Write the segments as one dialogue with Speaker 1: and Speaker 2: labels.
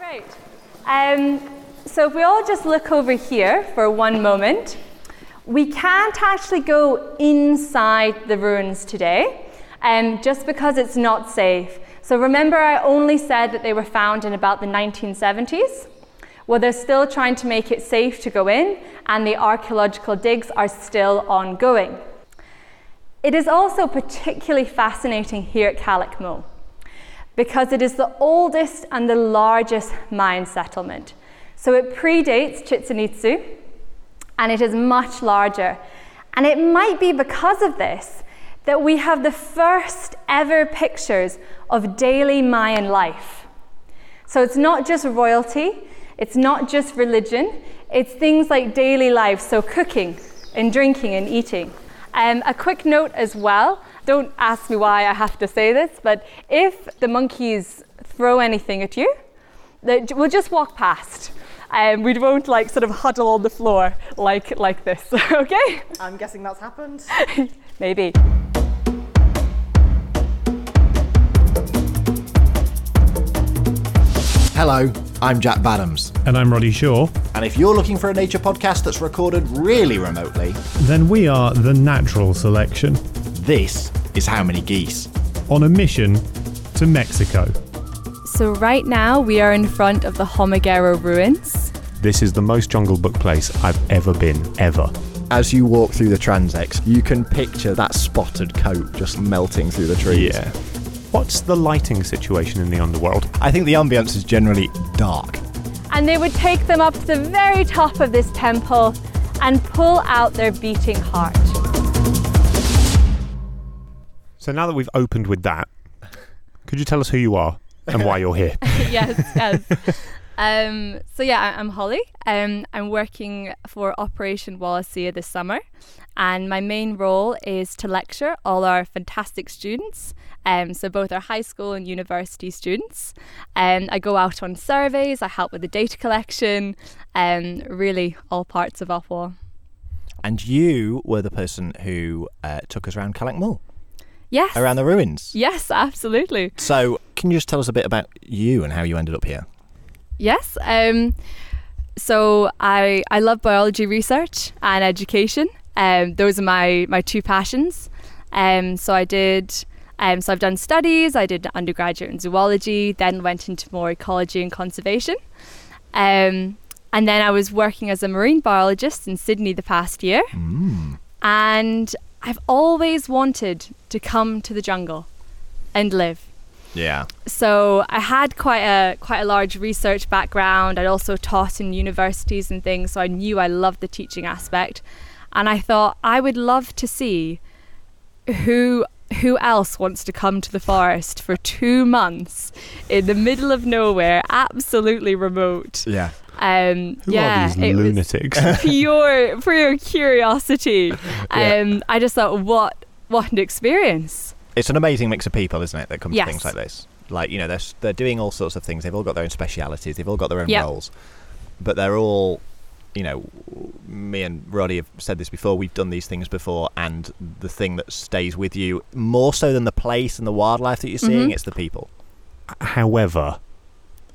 Speaker 1: Right. Um, so if we all just look over here for one moment, we can't actually go inside the ruins today, um, just because it's not safe. So remember, I only said that they were found in about the 1970s. Well, they're still trying to make it safe to go in, and the archaeological digs are still ongoing. It is also particularly fascinating here at Calakmul because it is the oldest and the largest mine settlement. So it predates Chichen Itza and it is much larger. And it might be because of this that we have the first ever pictures of daily Mayan life. So it's not just royalty, it's not just religion, it's things like daily life, so cooking and drinking and eating. Um, a quick note as well don't ask me why I have to say this, but if the monkeys throw anything at you, they- we'll just walk past. Um, we won't like sort of huddle on the floor like like this, okay?
Speaker 2: I'm guessing that's happened.
Speaker 1: Maybe.
Speaker 3: Hello, I'm Jack Badams.
Speaker 4: And I'm Roddy Shaw.
Speaker 3: And if you're looking for a nature podcast that's recorded really remotely,
Speaker 4: Then we are the natural selection
Speaker 3: this is How Many Geese.
Speaker 4: on a mission to Mexico.
Speaker 1: So right now we are in front of the Homagero ruins.
Speaker 5: This is the most Jungle Book place I've ever been, ever.
Speaker 3: As you walk through the transects, you can picture that spotted coat just melting through the trees.
Speaker 5: What's the lighting situation in the underworld?
Speaker 3: I think the ambience is generally dark.
Speaker 1: And they would take them up to the very top of this temple and pull out their beating heart.
Speaker 5: So now that we've opened with that, could you tell us who you are and why you're here?
Speaker 1: yes, yes. Um, so yeah, I- I'm Holly. Um, I'm working for Operation Wallacea this summer, and my main role is to lecture all our fantastic students. Um, so both our high school and university students. Um, I go out on surveys. I help with the data collection. Um, really, all parts of Opwall.
Speaker 3: And you were the person who uh, took us around Calakmul,
Speaker 1: Yes.
Speaker 3: around the ruins.
Speaker 1: Yes, absolutely.
Speaker 3: So, can you just tell us a bit about you and how you ended up here?
Speaker 1: Yes. Um, so I I love biology research and education. Um, those are my my two passions. Um, so I did. Um, so I've done studies. I did undergraduate in zoology, then went into more ecology and conservation. Um, and then I was working as a marine biologist in Sydney the past year. And I've always wanted to come to the jungle and live
Speaker 3: Yeah.
Speaker 1: so I had quite a quite a large research background. I'd also taught in universities and things, so I knew I loved the teaching aspect. And I thought I would love to see who who else wants to come to the forest for two months in the middle of nowhere, absolutely remote.
Speaker 3: Yeah.
Speaker 1: Um,
Speaker 5: Who
Speaker 1: yeah,
Speaker 5: are these
Speaker 1: it was-
Speaker 5: lunatics?
Speaker 1: pure pure curiosity.
Speaker 3: Yeah.
Speaker 1: Um, I just thought, what what an experience!
Speaker 3: It's an amazing mix of people, isn't it, that come
Speaker 1: Yes.
Speaker 3: to things like this? Like, you know, they're, s- they're doing all sorts of things. They've all got their own specialities, they've all got their own
Speaker 1: Yep.
Speaker 3: roles. But they're all, you know, me and Roddy have said this before, we've done these things before, and the thing that stays with you more so than the place and the wildlife that you're
Speaker 1: Mm-hmm.
Speaker 3: seeing, it's the people.
Speaker 5: However,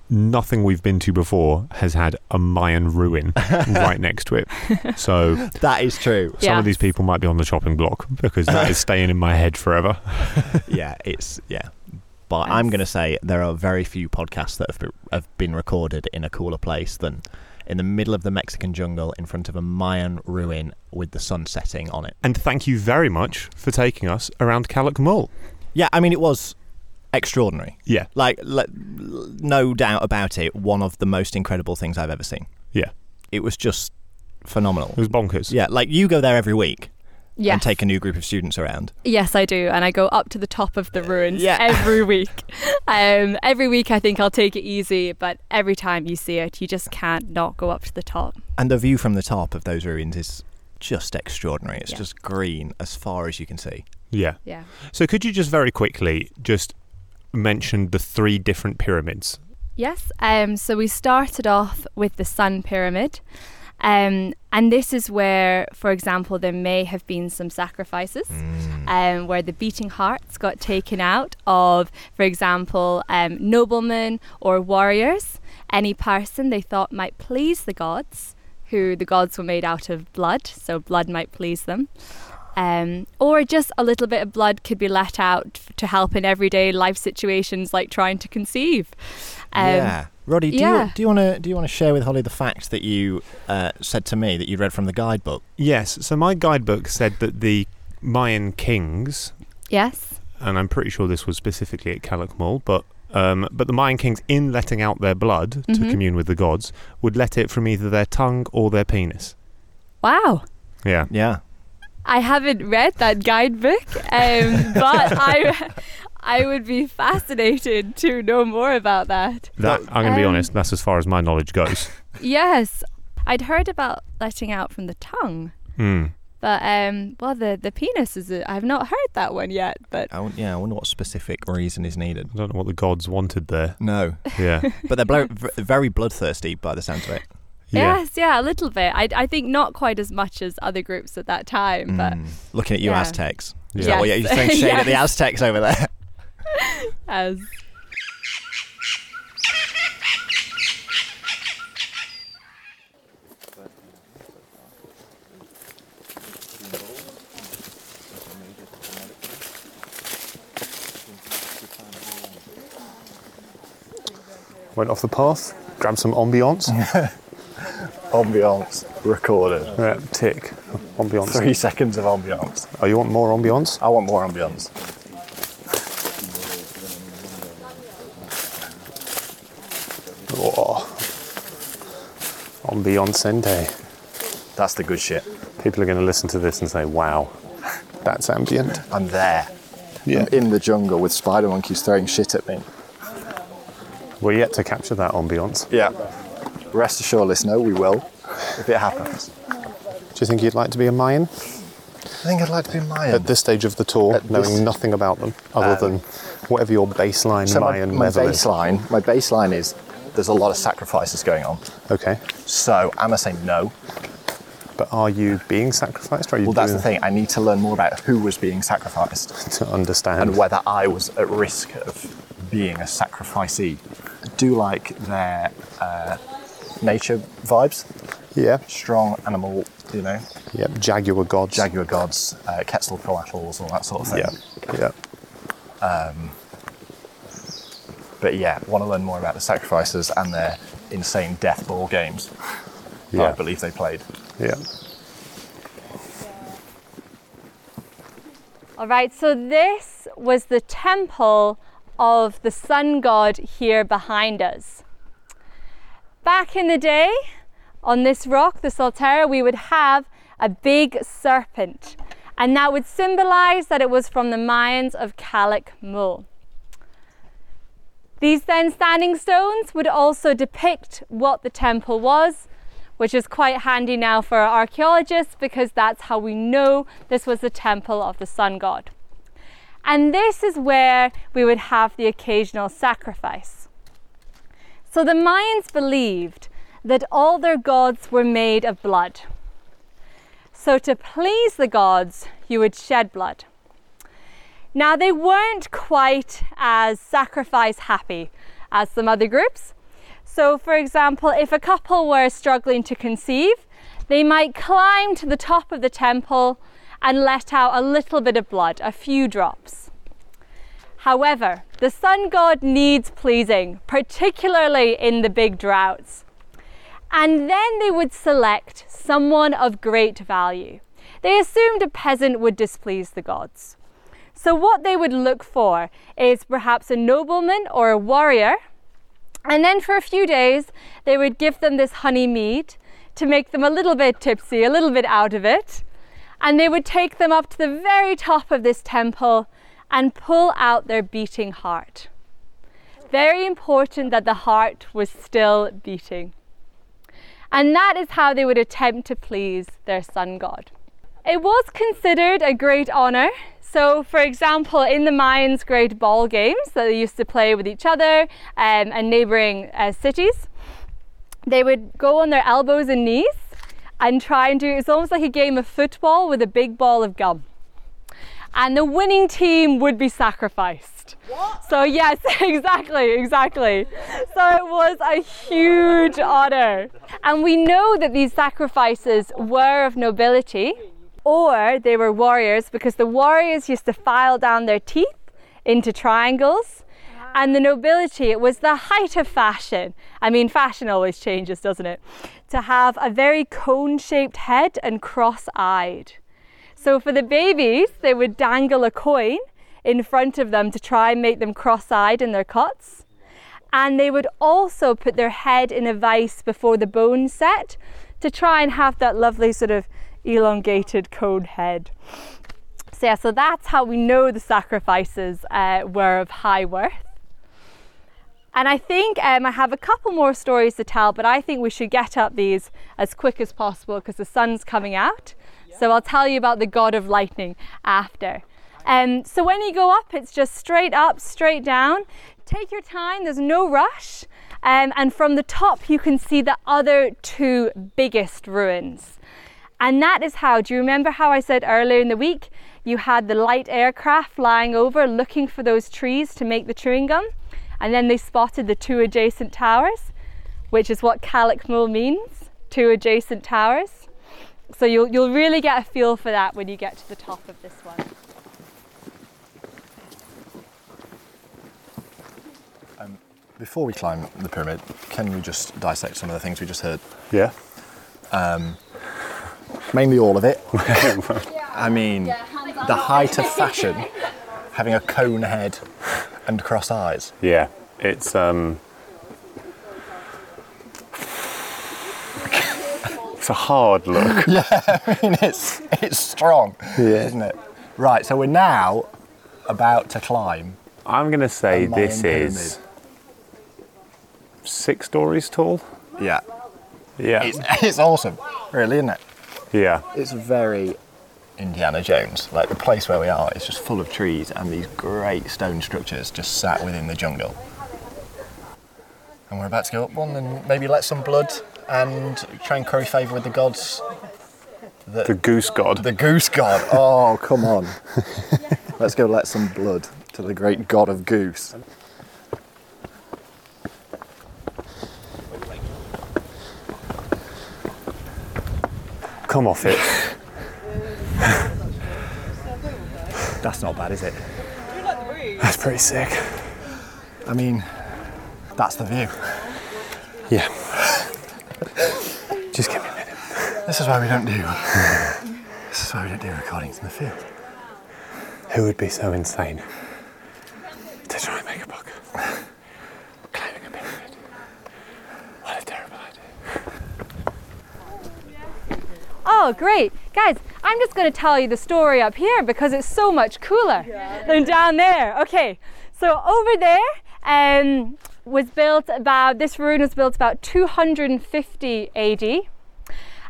Speaker 5: nothing we've been to before has had a Mayan ruin right next to it. So some
Speaker 3: That is true.
Speaker 1: Yeah.
Speaker 5: of these people might be on the chopping block because that is staying in my head forever.
Speaker 3: yeah, it's, yeah. But I'm
Speaker 1: Yes.
Speaker 3: going to say there are very few podcasts that have been, have been recorded in a cooler place than in the middle of the Mexican jungle in front of a Mayan ruin with the sun setting on it.
Speaker 5: And thank you very much for taking us around Calakmul.
Speaker 3: Yeah, I mean, it was extraordinary.
Speaker 5: Yeah,
Speaker 3: Like, le- no doubt about it, one of the most incredible things I've ever seen.
Speaker 5: yeah.
Speaker 3: It was just
Speaker 5: It
Speaker 3: phenomenal.
Speaker 5: was bonkers.
Speaker 3: Yeah, like you go there every week
Speaker 1: Yes.
Speaker 3: and take a new group of students around.
Speaker 1: Yes, I do, and I go up to the top of the ruins
Speaker 3: yeah.
Speaker 1: every week. Um, every week, I think I'll take it easy, but every time you see it, you just can't not go up to the top.
Speaker 3: And the view from the top of those ruins is just extraordinary. It's
Speaker 1: Yeah.
Speaker 3: just green as far as you can see.
Speaker 5: Yeah.
Speaker 1: Yeah.
Speaker 5: So could you just very quickly just mention the three different pyramids?
Speaker 1: Yes. Um, so we started off with the Sun Pyramid, um, and this is where, for example, there may have been some sacrifices, um, where the beating hearts got taken out of, for example, um, noblemen or warriors. any person they thought might please the gods, who the gods were made out of blood, so blood might please them. Um, or just a little bit of blood could be let out f- to help in everyday life situations like trying to conceive. Um,
Speaker 3: yeah. Roddy, do
Speaker 1: yeah.
Speaker 3: you do you want to do you want to share with Holly the fact that you uh, said to me that you read from the guidebook?
Speaker 5: Yes, so my guidebook said that the Mayan kings,
Speaker 1: Yes.
Speaker 5: and I'm pretty sure this was specifically at Calakmul, but um, but the Mayan kings, in letting out their blood to
Speaker 1: Mhm.
Speaker 5: commune with the gods, would let it from either their tongue or their penis.
Speaker 1: Wow.
Speaker 5: Yeah.
Speaker 3: Yeah.
Speaker 1: I haven't read that guidebook, um, but I, I would be fascinated to know more about that.
Speaker 5: That I'm going to be
Speaker 1: Um,
Speaker 5: honest. That's as far as my knowledge goes.
Speaker 1: Yes, I'd heard about letting out from the tongue,
Speaker 5: Mm.
Speaker 1: but um, well, the the penis is. A, I've not heard that one yet, but
Speaker 3: I, won- yeah. I wonder what specific reason is needed.
Speaker 5: I don't know what the gods wanted there.
Speaker 3: No,
Speaker 5: Yeah.
Speaker 3: but they're blo- v- very bloodthirsty by the sound of it.
Speaker 5: yeah.
Speaker 1: yes, yeah, a little bit. I I think not quite as much as other groups at that time, but
Speaker 3: Mm. Looking at you,
Speaker 1: yeah.
Speaker 3: Aztecs. Is
Speaker 5: Yeah.
Speaker 3: that what you're you're throwing shade at the
Speaker 1: Yes.
Speaker 3: Aztecs over there?
Speaker 1: as
Speaker 2: went off the path, grabbed some ambience.
Speaker 6: ambiance recorded.
Speaker 2: yeah, Uh, tick. Ambience.
Speaker 6: Three seconds of ambiance.
Speaker 2: Oh, you want more ambience?
Speaker 6: I want more ambiance.
Speaker 2: Oh. Ambience.
Speaker 6: That's the good shit.
Speaker 2: People are going to listen to this and say, wow, that's ambient.
Speaker 6: I'm there.
Speaker 2: Yeah.
Speaker 6: I'm in the jungle with spider monkeys throwing shit at me.
Speaker 2: We're yet to capture that ambience.
Speaker 6: Yeah. Rest assured, listener, we will if it happens.
Speaker 2: Do you think you'd like to be a Mayan?
Speaker 6: I think I'd like to be Mayan.
Speaker 2: At Um, this stage of the tour,
Speaker 6: At
Speaker 2: knowing
Speaker 6: this-
Speaker 2: nothing about them other than whatever your baseline
Speaker 6: so my,
Speaker 2: Mayan
Speaker 6: my
Speaker 2: level
Speaker 6: baseline, my baseline is there's a lot of sacrifices going on.
Speaker 2: is. Okay.
Speaker 6: So I'm gonna say no.
Speaker 2: But are you being sacrificed? Or are you
Speaker 6: Well, that's the
Speaker 2: doing
Speaker 6: thing. I need to learn more about who was being sacrificed.
Speaker 2: To understand.
Speaker 6: and whether I was at risk of being a sacrificee. I do like their uh, nature vibes,
Speaker 2: yeah.
Speaker 6: strong animal, you know,
Speaker 2: Yep. Jaguar gods.
Speaker 6: jaguar gods, uh, Quetzalcoatls, all that sort of thing.
Speaker 2: Yeah. Yeah.
Speaker 6: But yeah, want to learn more about the sacrifices and their insane death ball games. that
Speaker 2: Yeah.
Speaker 6: I believe they played.
Speaker 2: Yeah.
Speaker 1: All right, so this was the temple of the sun god here behind us. Back in the day, on this rock, the Solterra, we would have a big serpent, and that would symbolize that it was from the Mayans of Calic Mul. These then standing stones would also depict what the temple was, which is quite handy now for our archaeologists because that's how we know this was the temple of the sun god. And this is where we would have the occasional sacrifice. So the Mayans believed that all their gods were made of blood. So to please the gods, you would shed blood. Now, they weren't quite as sacrifice happy as some other groups. So, for example, if a couple were struggling to conceive, they might climb to the top of the temple and let out a little bit of blood, a few drops. However, the sun god needs pleasing, particularly in the big droughts. And then they would select someone of great value. They assumed a peasant would displease the gods. So, what they would look for is perhaps a nobleman or a warrior. And then for a few days, they would give them this honey mead to make them a little bit tipsy, a little bit out of it. And they would take them up to the very top of this temple and pull out their beating heart. Very important that the heart was still beating. And that is how they would attempt to please their sun god. It was considered a great honour. So, for example, in the Mayans' great ball games that they used to play with each other um, and neighbouring uh, cities, they would go on their elbows and knees and try and do it's almost like a game of football with a big ball of gum. And the winning team would be sacrificed. left. So yes, exactly, exactly. So it was a huge honor. And we know that these sacrifices were of nobility or they were warriors because the warriors used to file down their teeth into triangles. And the nobility, it was the height of fashion. I mean, fashion always changes, doesn't it? To have a very cone shaped head and cross eyed. So for the babies, they would dangle a coin in front of them to try and make them cross eyed in their cots. And they would also put their head in a vice before the bone set to try and have that lovely sort of elongated cone head. So, yeah, so that's how we know the sacrifices uh, were of high worth. And I think um, I have a couple more stories to tell, but I think we should get up these as quick as possible because the sun's coming out. So I'll tell you about the god of lightning after. Um, so when you go up, it's just straight up, straight down. Take your time, there's no rush. Um, and from the top, you can see the other two biggest ruins. And that is how, do you remember how I said earlier in the week, you had the light aircraft flying over looking for those trees to make the chewing gum? And then they spotted the two adjacent towers, which is what Calakmul means two adjacent towers. So you'll, you'll really get a feel for that when you get to the top of this one.
Speaker 6: Before we climb the pyramid, can you just dissect some of the things we just heard?
Speaker 2: Yeah.
Speaker 6: Mainly all of it. I mean, the height of fashion, having a cone head and cross eyes.
Speaker 2: Yeah. It's um. it's a hard look.
Speaker 6: I mean, it's, it's strong, isn't it? Right, so we're now about to climb.
Speaker 2: I'm gonna say
Speaker 6: A Mayan
Speaker 2: this is six stories tall.
Speaker 6: Yeah.
Speaker 2: Yeah.
Speaker 6: It's, it's awesome, really, isn't it?
Speaker 2: yeah.
Speaker 6: It's very Indiana Jones. Like the place where we are is just full of trees and these great stone structures just sat within the jungle. And we're about to go up one and maybe let some blood and try and curry favour with the gods.
Speaker 2: The goose god.
Speaker 6: The goose god. Oh, come on. Let's go let some blood to the great god of goose.
Speaker 2: Come off it.
Speaker 6: That's not bad, is it?
Speaker 2: That's pretty sick.
Speaker 6: I mean, that's the view.
Speaker 2: Yeah. Just give me a minute.
Speaker 6: This is why we don't do. this is why we don't do recordings in the field.
Speaker 2: Who would be so insane to try and make a book? Climbing a pyramid. What a terrible idea.
Speaker 1: Oh, great. Guys, I'm just going to tell you the story up here because it's so much cooler than down there. Okay, so over there um, was built about, this ruin was built about 250 AD.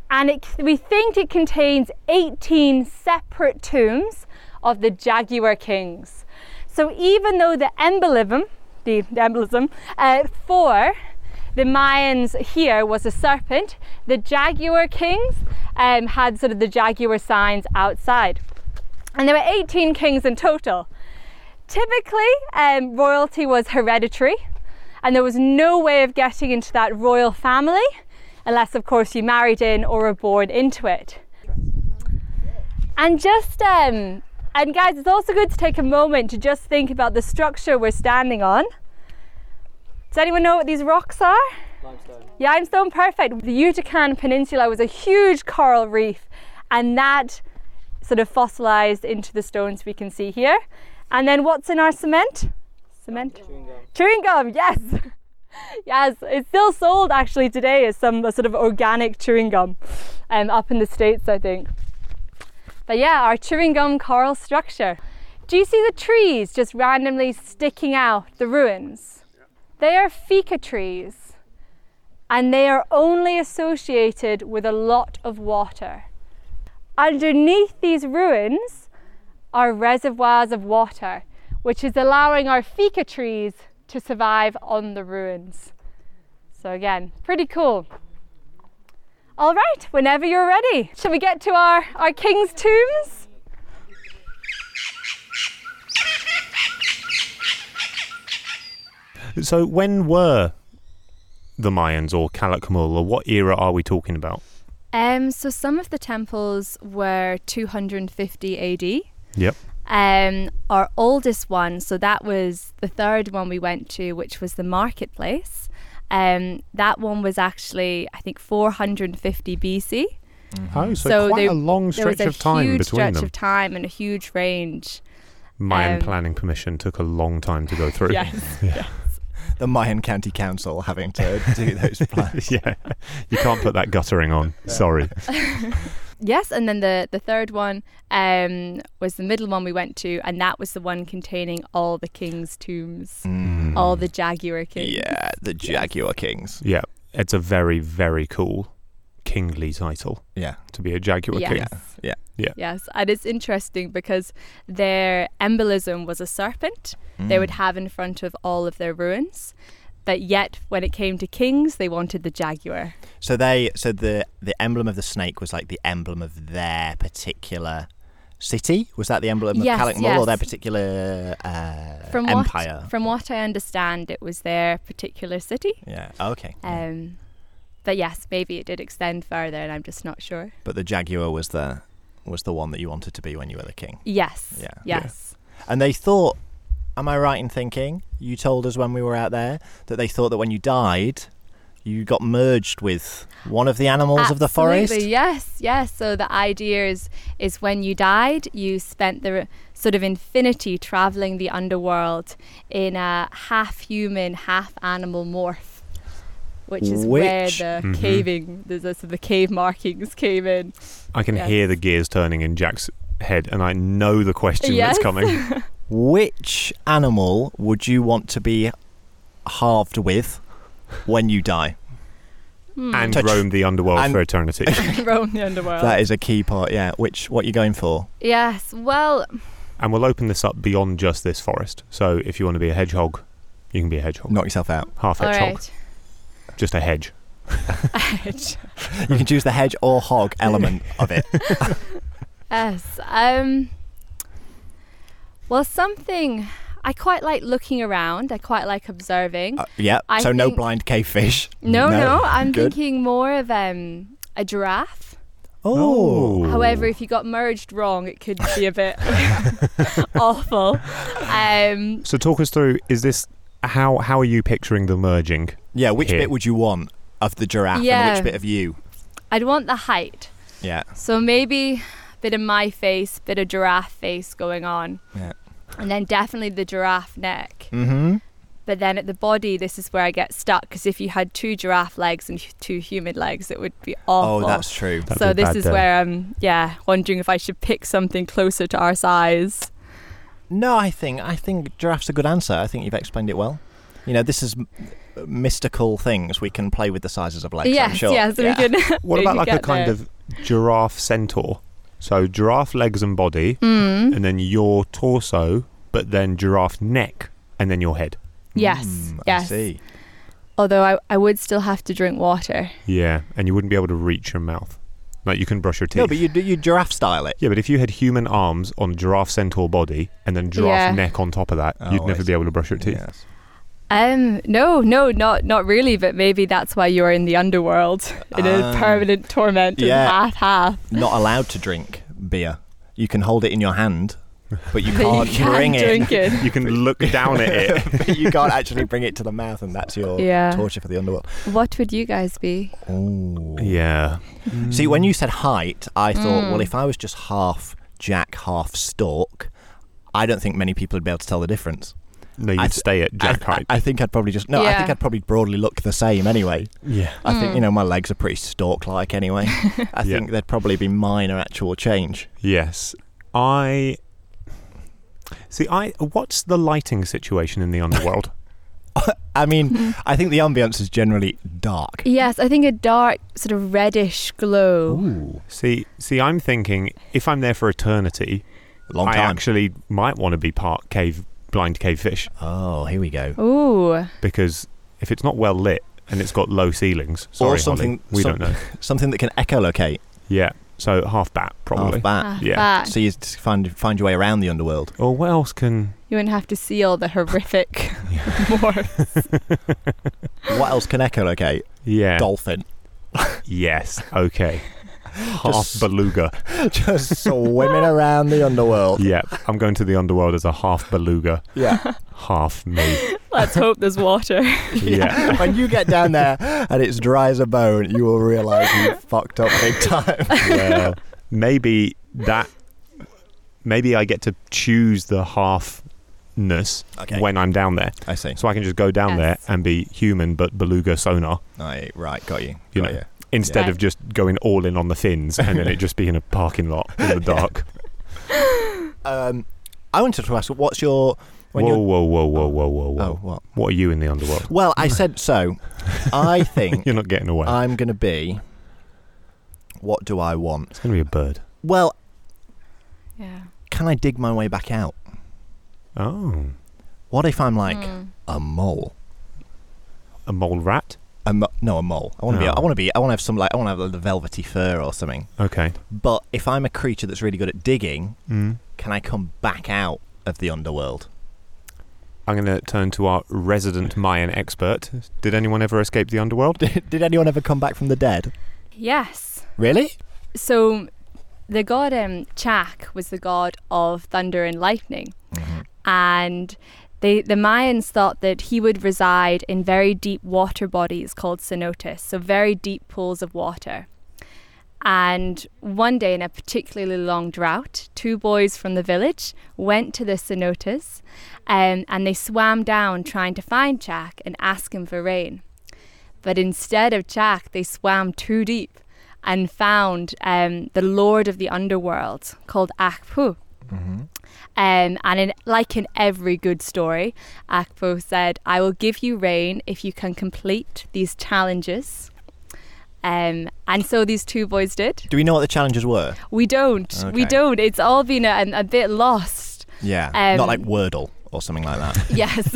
Speaker 1: And it, we think it contains 18 separate tombs of the Jaguar kings. So even though the embolism, the, the embolism uh, for the Mayans here was a serpent, the Jaguar kings um, had sort of the Jaguar signs outside. And there were 18 kings in total. Typically, um, royalty was hereditary, and there was no way of getting into that royal family unless, of course, you married in or were born into it. And just, um, and guys, it's also good to take a moment to just think about the structure we're standing on. Does anyone know what these rocks are? Yeah, I'm so perfect. The Yucatan Peninsula was a huge coral reef, and that sort of fossilized into the stones we can see here. And then what's in our cement? Cement? Chewing gum. yes. yes, it's still sold actually today as some sort of organic chewing gum um, up in the States, I think. But yeah, our chewing gum coral structure. Do you see the trees just randomly sticking out, the ruins? They are fika trees and they are only associated with a lot of water. Underneath these ruins are reservoirs of water, which is allowing our fika trees to survive on the ruins. So, again, pretty cool. All right, whenever you're ready, shall we get to our, our king's tombs?
Speaker 5: So when were the Mayans or Calakmul, or what era are we talking about?
Speaker 7: Um, so some of the temples were 250 AD.
Speaker 5: Yep.
Speaker 7: Um, our oldest one, so that was the third one we went to, which was the marketplace. Um, that one was actually, I think, 450 BC.
Speaker 5: Oh, so,
Speaker 7: So
Speaker 5: quite
Speaker 7: they-
Speaker 5: a long
Speaker 7: There was
Speaker 5: stretch
Speaker 7: a
Speaker 5: of time
Speaker 7: huge
Speaker 5: between
Speaker 7: stretch
Speaker 5: them.
Speaker 7: of time and a huge range.
Speaker 5: Mayan
Speaker 7: um,
Speaker 5: planning permission took a long time to go through.
Speaker 7: Yes.
Speaker 3: The Mayan County Council having to do those plans.
Speaker 5: yeah. You can't put that guttering on. Sorry.
Speaker 7: Yes, and then the, the third one um, was the middle one we went to, and that was the one containing all the kings' tombs, all the Jaguar kings.
Speaker 3: Yeah, the Jaguar Kings.
Speaker 5: Yeah. It's a very, very cool kingly title
Speaker 3: Yeah.
Speaker 5: to be a Jaguar
Speaker 7: Yes.
Speaker 5: king.
Speaker 3: Yeah.
Speaker 5: Yeah.
Speaker 7: Yes, and it's interesting because their embolism was a serpent they
Speaker 3: Mm.
Speaker 7: would have in front of all of their ruins. But yet, when it came to kings, they wanted the jaguar.
Speaker 3: So they so the the emblem of the snake was like the emblem of their particular city. Was that the emblem
Speaker 7: Yes,
Speaker 3: of Calakmul
Speaker 7: yes.
Speaker 3: or their particular uh,
Speaker 7: From
Speaker 3: empire?
Speaker 7: what from what I understand, it was their particular city.
Speaker 3: yeah. Okay.
Speaker 7: Um, but yes, maybe it did extend further, and I'm just not sure.
Speaker 3: but the jaguar was the was the one that you wanted to be when you were the king.
Speaker 7: Yes.
Speaker 3: Yeah. Yeah.
Speaker 7: Yes.
Speaker 3: And they thought, am I right in thinking? You told us when we were out there that they thought that when you died, you got merged with one of the animals of the forest.
Speaker 7: Absolutely, Yes, yes. So the idea is is when you died, you spent the sort of infinity traveling the underworld in a half human, half animal morph, which is where
Speaker 3: Which-
Speaker 7: the
Speaker 5: Mm-hmm.
Speaker 7: caving, the, the, the cave markings came in.
Speaker 5: I can
Speaker 7: Yes.
Speaker 5: hear the gears turning in Jack's head, and I know the question
Speaker 7: Yes.
Speaker 5: that's coming.
Speaker 3: Which animal would you want to be halved with when you die?
Speaker 7: Hmm.
Speaker 5: and
Speaker 3: Touch-
Speaker 5: roam the underworld
Speaker 3: and-
Speaker 5: for eternity.
Speaker 7: Roam the underworld.
Speaker 3: That is a key part. Yeah. Which what you going for?
Speaker 7: yes. Well,
Speaker 5: and we'll open this up beyond just this forest. So if you want to be a hedgehog, you can be a hedgehog.
Speaker 3: Knock yourself out.
Speaker 5: Half
Speaker 7: all
Speaker 5: hedgehog.
Speaker 7: right.
Speaker 5: Just a hedge.
Speaker 3: You can choose the hedge or hog element of it.
Speaker 7: Yes. Um, well, something. I quite like looking around. I quite like observing.
Speaker 3: Uh, yeah.
Speaker 7: I
Speaker 3: so no
Speaker 7: think-
Speaker 3: blind cavefish.
Speaker 7: No, no, I'm
Speaker 3: Good.
Speaker 7: thinking more of um, a giraffe.
Speaker 3: Oh.
Speaker 7: However, if you got merged wrong, it could be a bit awful. Um,
Speaker 5: So talk us through. Is this how how are you picturing the merging?
Speaker 3: Yeah. Which
Speaker 5: Here.
Speaker 3: bit would you want of the giraffe and
Speaker 7: Yeah.
Speaker 3: which bit of you?
Speaker 7: I'd want the height.
Speaker 3: Yeah.
Speaker 7: So maybe a bit of my face, bit of giraffe face going on.
Speaker 3: Yeah.
Speaker 7: And then definitely the giraffe neck.
Speaker 3: Mm-hmm.
Speaker 7: But then at the body, this is where I get stuck because if you had two giraffe legs and two human legs, it would be awful.
Speaker 3: Oh, that's true.
Speaker 5: That'd
Speaker 7: so
Speaker 5: be a
Speaker 7: this
Speaker 5: bad
Speaker 7: is
Speaker 5: day.
Speaker 7: where I'm, yeah, wondering if I should pick something closer to our size.
Speaker 3: No, I think I think giraffe's a good answer. I think you've explained it well. You know, this is m- mystical things. We can play with the sizes of legs.
Speaker 7: yes,
Speaker 3: I'm sure.
Speaker 7: yes,
Speaker 3: Yeah.
Speaker 7: we can.
Speaker 5: What
Speaker 7: we
Speaker 5: about
Speaker 7: can
Speaker 5: like a
Speaker 7: get
Speaker 5: kind
Speaker 7: there.
Speaker 5: of giraffe centaur? So giraffe legs and body,
Speaker 7: Hmm.
Speaker 5: and then your torso, but then giraffe neck, and then your head.
Speaker 7: Yes,
Speaker 3: Mm, I
Speaker 7: yes.
Speaker 3: see.
Speaker 7: Although I, I would still have to drink water.
Speaker 5: Yeah, and you wouldn't be able to reach your mouth. Like you can brush your teeth.
Speaker 3: No, but you you giraffe style it.
Speaker 5: yeah, but if you had human arms on giraffe centaur body and then giraffe
Speaker 7: Yeah.
Speaker 5: neck on top of that,
Speaker 3: Oh,
Speaker 5: you'd
Speaker 3: I
Speaker 5: never
Speaker 3: see.
Speaker 5: be able to brush your teeth.
Speaker 3: Yes.
Speaker 7: Um, no, no, not not really. But maybe that's why you're in the underworld in
Speaker 3: Ah.
Speaker 7: a permanent torment
Speaker 3: Yeah.
Speaker 7: of half half.
Speaker 3: Not allowed to drink beer. You can hold it in your hand, but you
Speaker 7: But
Speaker 3: can't
Speaker 7: you can
Speaker 3: bring
Speaker 7: drink it.
Speaker 5: You can look down at it.
Speaker 3: it. you can't actually bring it to the mouth, and that's your
Speaker 7: Yeah.
Speaker 3: torture for the underworld.
Speaker 7: What would you guys be?
Speaker 5: Yeah.
Speaker 3: See, when you said height, I thought,
Speaker 7: Mm.
Speaker 3: well, if I was just half Jack, half Stork, I don't think many people would be able to tell the difference.
Speaker 5: No, you'd
Speaker 3: I th-
Speaker 5: stay at
Speaker 3: I-
Speaker 5: jack height.
Speaker 3: I, I think I'd probably just no. I think
Speaker 7: Yeah.
Speaker 3: I'd probably broadly look the same anyway.
Speaker 5: yeah.
Speaker 3: I think you know my legs are pretty stork-like anyway. I
Speaker 5: Yeah.
Speaker 3: think there'd probably be minor actual change.
Speaker 5: Yes. I see. I what's the lighting situation in the underworld?
Speaker 3: I mean, I think the ambience is generally dark.
Speaker 7: Yes, I think a dark sort of reddish glow.
Speaker 3: Ooh,
Speaker 5: see, see, I'm thinking if I'm there for eternity,
Speaker 3: long
Speaker 5: I
Speaker 3: time.
Speaker 5: actually might want to be part cave blind cave fish
Speaker 3: oh, here we go.
Speaker 7: Ooh,
Speaker 5: because if it's not well lit and it's got low ceilings, sorry, Holly,
Speaker 3: something-
Speaker 5: we
Speaker 3: some-
Speaker 5: don't know.
Speaker 3: Something that can echolocate
Speaker 5: Yeah, so half bat probably.
Speaker 3: half back.
Speaker 7: half
Speaker 5: yeah.
Speaker 7: back.
Speaker 3: So you just find find your way around the underworld.
Speaker 5: Or Oh, what else can
Speaker 7: You wouldn't have to see all the horrific morphs.
Speaker 3: What else can echolocate?
Speaker 5: Yeah.
Speaker 3: Dolphin.
Speaker 5: Yes. Okay. Half
Speaker 3: Just-
Speaker 5: beluga.
Speaker 3: Just swimming around the underworld.
Speaker 5: Yeah. I'm going to the underworld as a half beluga,
Speaker 3: Yeah.
Speaker 5: half me.
Speaker 7: Let's hope there's water.
Speaker 5: Yeah.
Speaker 3: when you get down there and it's dry as a bone, you will realise you fucked up big time.
Speaker 5: Well, maybe that. Maybe I get to choose the halfness
Speaker 3: Okay.
Speaker 5: when I'm down there,
Speaker 3: I see.
Speaker 5: so I can just go down
Speaker 7: Yes.
Speaker 5: there and be human but beluga sonar
Speaker 3: I, right, got you.
Speaker 5: You
Speaker 3: got
Speaker 5: know.
Speaker 3: you.
Speaker 5: instead
Speaker 7: Yeah.
Speaker 5: of just going all in on the fins and then it just being a parking lot in the dark.
Speaker 3: Um, I wanted to ask, what's your when
Speaker 5: Whoa,
Speaker 3: you're
Speaker 5: whoa, whoa, whoa, whoa, whoa, whoa!
Speaker 3: oh what?
Speaker 5: What are you in the underworld?
Speaker 3: Well, I said so. I think
Speaker 5: You're not getting away.
Speaker 3: I'm going to be. What do I want?
Speaker 5: it's going to be a bird.
Speaker 3: Well,
Speaker 7: Yeah.
Speaker 3: can I dig my way back out?
Speaker 5: Oh,
Speaker 3: What if I'm like
Speaker 7: Mm.
Speaker 3: a mole?
Speaker 5: a mole rat.
Speaker 3: A mo- no, a mole. I want to be.
Speaker 5: No.
Speaker 3: I want to be. I want to have some like. I want to have like, the velvety fur or something.
Speaker 5: Okay.
Speaker 3: But if I'm a creature that's really good at digging,
Speaker 5: Mm.
Speaker 3: can I come back out of the underworld?
Speaker 5: I'm going to turn to our resident Mayan expert. Did anyone ever escape the underworld?
Speaker 3: Did, did anyone ever come back from the dead?
Speaker 7: Yes.
Speaker 3: Really?
Speaker 7: So the god um, Chak was the god of thunder and lightning. And they, the Mayans thought that he would reside in very deep water bodies called cenotes, so very deep pools of water. And one day, in a particularly long drought, two boys from the village went to the cenotes um, and they swam down trying to find Chak and ask him for rain. But instead of Jack, they swam too deep and found um, the lord of the underworld called Akpu.
Speaker 3: Mm-hmm.
Speaker 7: Um, and in, like in every good story, Akpu said, I will give you rain if you can complete these challenges. Um, and so these two boys did.
Speaker 3: Do we know what the challenges were?
Speaker 7: We don't. We
Speaker 3: Okay.
Speaker 7: don't. It's all been a, a bit lost.
Speaker 3: Yeah.
Speaker 7: Um,
Speaker 3: Not like Wordle or something like that.
Speaker 7: Yes.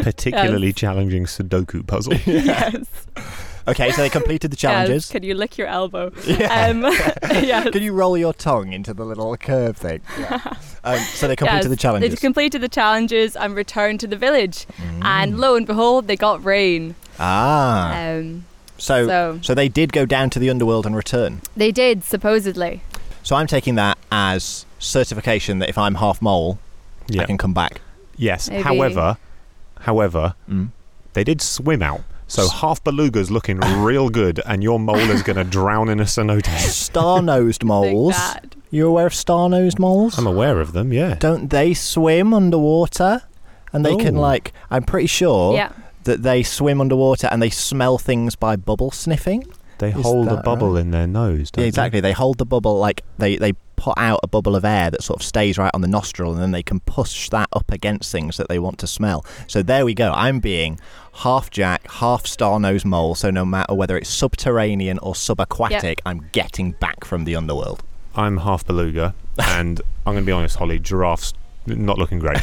Speaker 5: Particularly challenging Sudoku puzzle.
Speaker 7: yes.
Speaker 3: Okay, so they completed the
Speaker 7: yes.
Speaker 3: challenges.
Speaker 7: Can you lick your elbow?
Speaker 3: Yeah.
Speaker 7: Um, yes.
Speaker 3: Can you roll your tongue into the little curve thing? um, so they completed
Speaker 7: Yes,
Speaker 3: the challenges. Mm.
Speaker 7: They completed the challenges and returned to the village. And lo and behold, they got rain.
Speaker 3: ah, Oh.
Speaker 7: Um,
Speaker 3: so, so
Speaker 7: so-
Speaker 3: they did go down to the underworld and return.
Speaker 7: they did, supposedly.
Speaker 3: So I'm taking that as certification that if I'm half mole,
Speaker 5: Yeah.
Speaker 3: I can come back.
Speaker 5: Yes.
Speaker 7: Maybe.
Speaker 5: However, however,
Speaker 3: Mm.
Speaker 5: they did swim out. So half beluga's looking real good, and your mole is going to drown in a cenote.
Speaker 3: Star-nosed moles.
Speaker 7: Big bad.
Speaker 3: You aware of star-nosed moles?
Speaker 5: I'm aware of them. Yeah.
Speaker 3: Don't they swim underwater? And they can
Speaker 5: Oh.
Speaker 3: like, I'm pretty sure
Speaker 7: Yeah.
Speaker 3: that they swim underwater and they smell things by bubble sniffing.
Speaker 5: They
Speaker 3: Is
Speaker 5: hold a
Speaker 3: that
Speaker 5: bubble in their nose. Don't
Speaker 3: Yeah,
Speaker 5: they?
Speaker 3: exactly. They hold the bubble like they they put out a bubble of air that sort of stays right on the nostril, and then they can push that up against things that they want to smell. So there we go. I'm being half jack, half star nose mole. So no matter whether it's subterranean or subaquatic, I'm getting back from the underworld.
Speaker 5: I'm half beluga, and I'm going to be honest, Holly. Giraffes not looking great.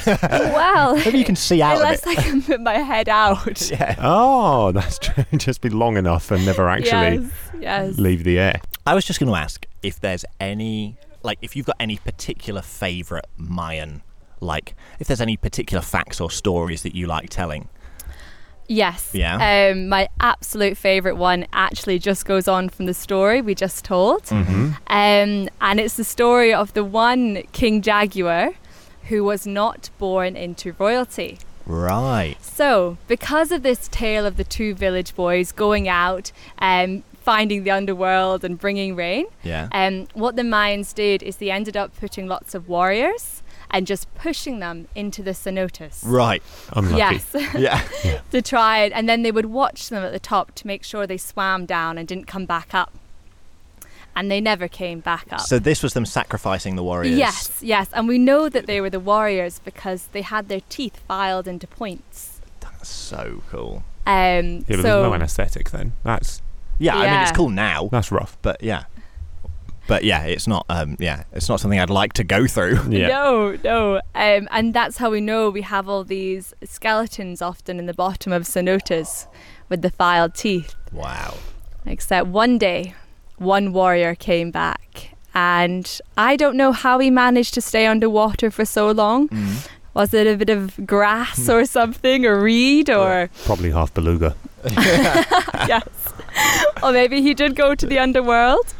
Speaker 7: Well,
Speaker 3: Maybe you can see out of it.
Speaker 7: unless I can put my head out.
Speaker 3: Yeah.
Speaker 5: oh, that's true. Just be long enough and never actually
Speaker 7: Yes. Yes.
Speaker 5: leave the air.
Speaker 3: I was just going to ask if there's any like if you've got any particular favorite Mayan like if there's any particular facts or stories that you like telling.
Speaker 7: Yes.
Speaker 3: Yeah.
Speaker 7: Um, my absolute favourite one actually just goes on from the story we just told.
Speaker 3: Mm-hmm.
Speaker 7: Um, and it's the story of the one King Jaguar who was not born into royalty.
Speaker 3: Right.
Speaker 7: So, because of this tale of the two village boys going out and finding the underworld and bringing rain,
Speaker 3: Yeah.
Speaker 7: um, what the Mayans did is they ended up putting lots of warriors and just pushing them into the cenotes.
Speaker 3: Right.
Speaker 5: Unlucky.
Speaker 7: Yes,
Speaker 3: Yeah.
Speaker 7: to try it, and then they would watch them at the top to make sure they swam down and didn't come back up. And they never came back up.
Speaker 3: So this was them sacrificing the warriors.
Speaker 7: yes, yes, and we know that they were the warriors because they had their teeth filed into points.
Speaker 3: That's so cool.
Speaker 7: Um,
Speaker 5: Yeah, but
Speaker 7: so
Speaker 5: there's no anesthetic then. That's
Speaker 3: Yeah, I mean it's
Speaker 7: Yeah.
Speaker 3: cool now,
Speaker 5: that's rough.
Speaker 3: but yeah. But yeah, it's not um yeah, it's not something I'd like to go through.
Speaker 7: No, no. Um, and that's how we know we have all these skeletons often in the bottom of cenotes with the filed teeth.
Speaker 3: Wow.
Speaker 7: Except one day, one warrior came back And I don't know how he managed to stay underwater for so long. Was it a bit of grass or something, a reed, or
Speaker 5: Probably half beluga.
Speaker 7: yes, or maybe he did go to the underworld,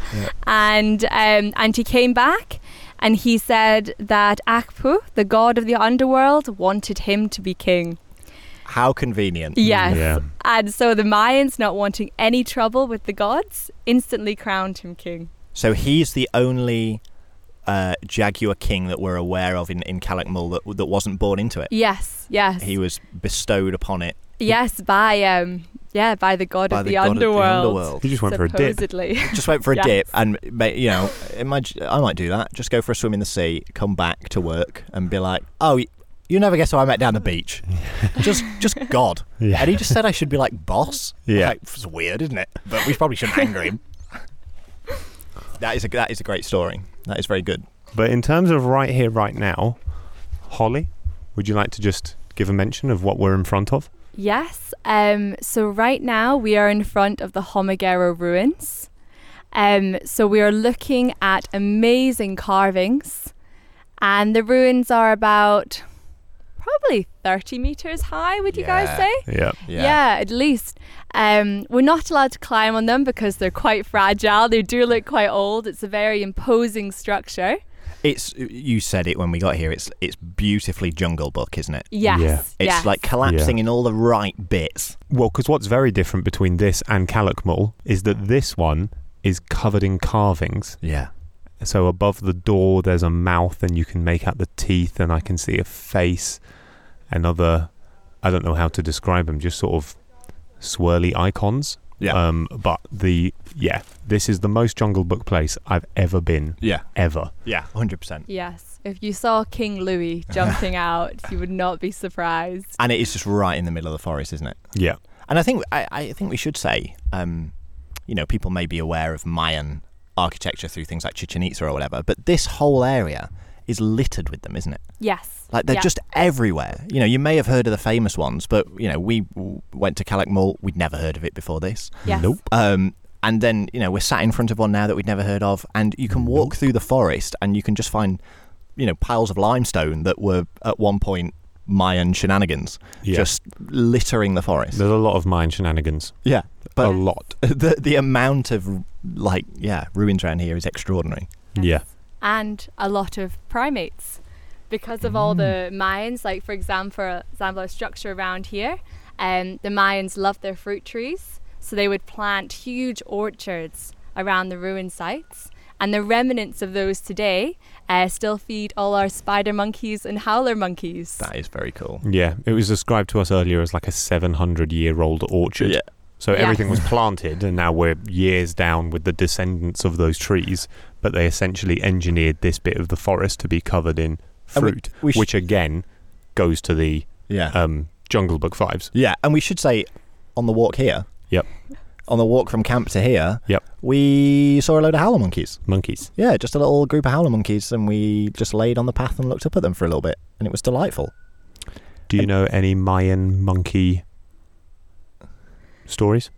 Speaker 7: and um, and he came back, and he said that Akpu, the god of the underworld, wanted him to be king.
Speaker 3: How convenient. Mm.
Speaker 7: Yes.
Speaker 5: Yeah.
Speaker 7: And so the Mayans, not wanting any trouble with the gods, instantly crowned him king.
Speaker 3: So he's the only uh, Jaguar king that we're aware of in, in Calakmul that, that wasn't born into it.
Speaker 7: Yes, yes.
Speaker 3: He was bestowed upon it
Speaker 7: yes, by um yeah, by the god,
Speaker 3: by
Speaker 7: of,
Speaker 3: the,
Speaker 7: the
Speaker 3: god
Speaker 7: underworld.
Speaker 3: of the underworld.
Speaker 5: He just went for a dip.
Speaker 7: supposedly.
Speaker 3: Just went for a
Speaker 7: Yes.
Speaker 3: dip and, ma- you know, imagine, I might do that. Just go for a swim in the sea, come back to work and be like, oh, y- you never guess who I met down the beach. just just God.
Speaker 5: Yeah.
Speaker 3: And he just said I should be like boss.
Speaker 5: Yeah.
Speaker 3: Like, it's weird, isn't it? But we probably shouldn't anger him. that, is a, that is a great story. That is very good.
Speaker 5: But in terms of right here, right now, Holly, would you like to just give a mention of what we're in front of?
Speaker 7: Yes. Um, so right now we are in front of the Homagero ruins. Um, so we are looking at amazing carvings, and the ruins are about probably 30 meters high. Would you guys
Speaker 3: Yeah.
Speaker 7: say?
Speaker 5: Yeah.
Speaker 7: Yeah. at least. Um, we're not allowed to climb on them because they're quite fragile. They do look quite old. It's a very imposing structure.
Speaker 3: It's you said it when we got here. It's it's beautifully Jungle Book, isn't it?
Speaker 7: Yes.
Speaker 5: Yeah.
Speaker 7: Yes.
Speaker 3: It's like collapsing in all the right bits.
Speaker 5: Well, because what's very different between this and Calakmul is that this one is covered in carvings.
Speaker 3: Yeah.
Speaker 5: So above the door, there's a mouth, and you can make out the teeth, and I can see a face, and other, I don't know how to describe them, just sort of swirly icons.
Speaker 3: Yeah.
Speaker 5: Um, but the yeah, this is the most Jungle Book place I've ever been,
Speaker 3: Yeah.
Speaker 5: ever.
Speaker 3: Yeah. Hundred percent.
Speaker 7: Yes. If you saw King Louis jumping out, you would not be surprised.
Speaker 3: And it is just right in the middle of the forest, isn't it?
Speaker 5: Yeah.
Speaker 3: And I think I, I think we should say, um, you know, people may be aware of Mayan architecture through things like Chichen Itza or whatever, but this whole area is littered with them, isn't it?
Speaker 7: Yes.
Speaker 3: Like they're
Speaker 7: Yeah.
Speaker 3: just everywhere. You know, you may have heard of the famous ones, but you know, we w- went to Calakmul. We'd never heard of it before this.
Speaker 7: Yes. Nope.
Speaker 3: Um, and then you know, we're sat in front of one now that we'd never heard of, and you can walk through the forest and you can just find, you know, piles of limestone that were at one point Mayan shenanigans,
Speaker 5: Yeah.
Speaker 3: just littering the forest.
Speaker 5: There's a lot of mine shenanigans.
Speaker 3: yeah,
Speaker 5: a
Speaker 3: but
Speaker 5: lot.
Speaker 3: the the amount of like yeah ruins around here is extraordinary.
Speaker 5: Yeah.
Speaker 7: and a lot of primates because of all the
Speaker 3: Mm.
Speaker 7: Mayans. Like for example, example, a structure around here, um, the Mayans loved their fruit trees, so they would plant huge orchards around the ruin sites. And the remnants of those today uh, still feed all our spider monkeys and howler monkeys.
Speaker 3: That is very cool.
Speaker 5: Yeah. It was described to us earlier as like a 700 year old orchard.
Speaker 3: Yeah.
Speaker 5: So
Speaker 7: Yeah.
Speaker 5: everything was planted, and now we're years down with the descendants of those trees. But they essentially engineered this bit of the forest to be covered in
Speaker 3: And we-
Speaker 5: fruit,
Speaker 3: we sh-
Speaker 5: which again goes to the
Speaker 3: Yeah.
Speaker 5: um, Jungle Book vibes.
Speaker 3: Yeah, and we should say on the walk here.
Speaker 5: Yep.
Speaker 3: On the walk from camp to here.
Speaker 5: Yep.
Speaker 3: We saw a load of howler monkeys.
Speaker 5: Monkeys.
Speaker 3: Yeah, just a little group of howler monkeys, and we just laid on the path and looked up at them for a little bit, and it was delightful.
Speaker 5: Do you know any Mayan monkey stories?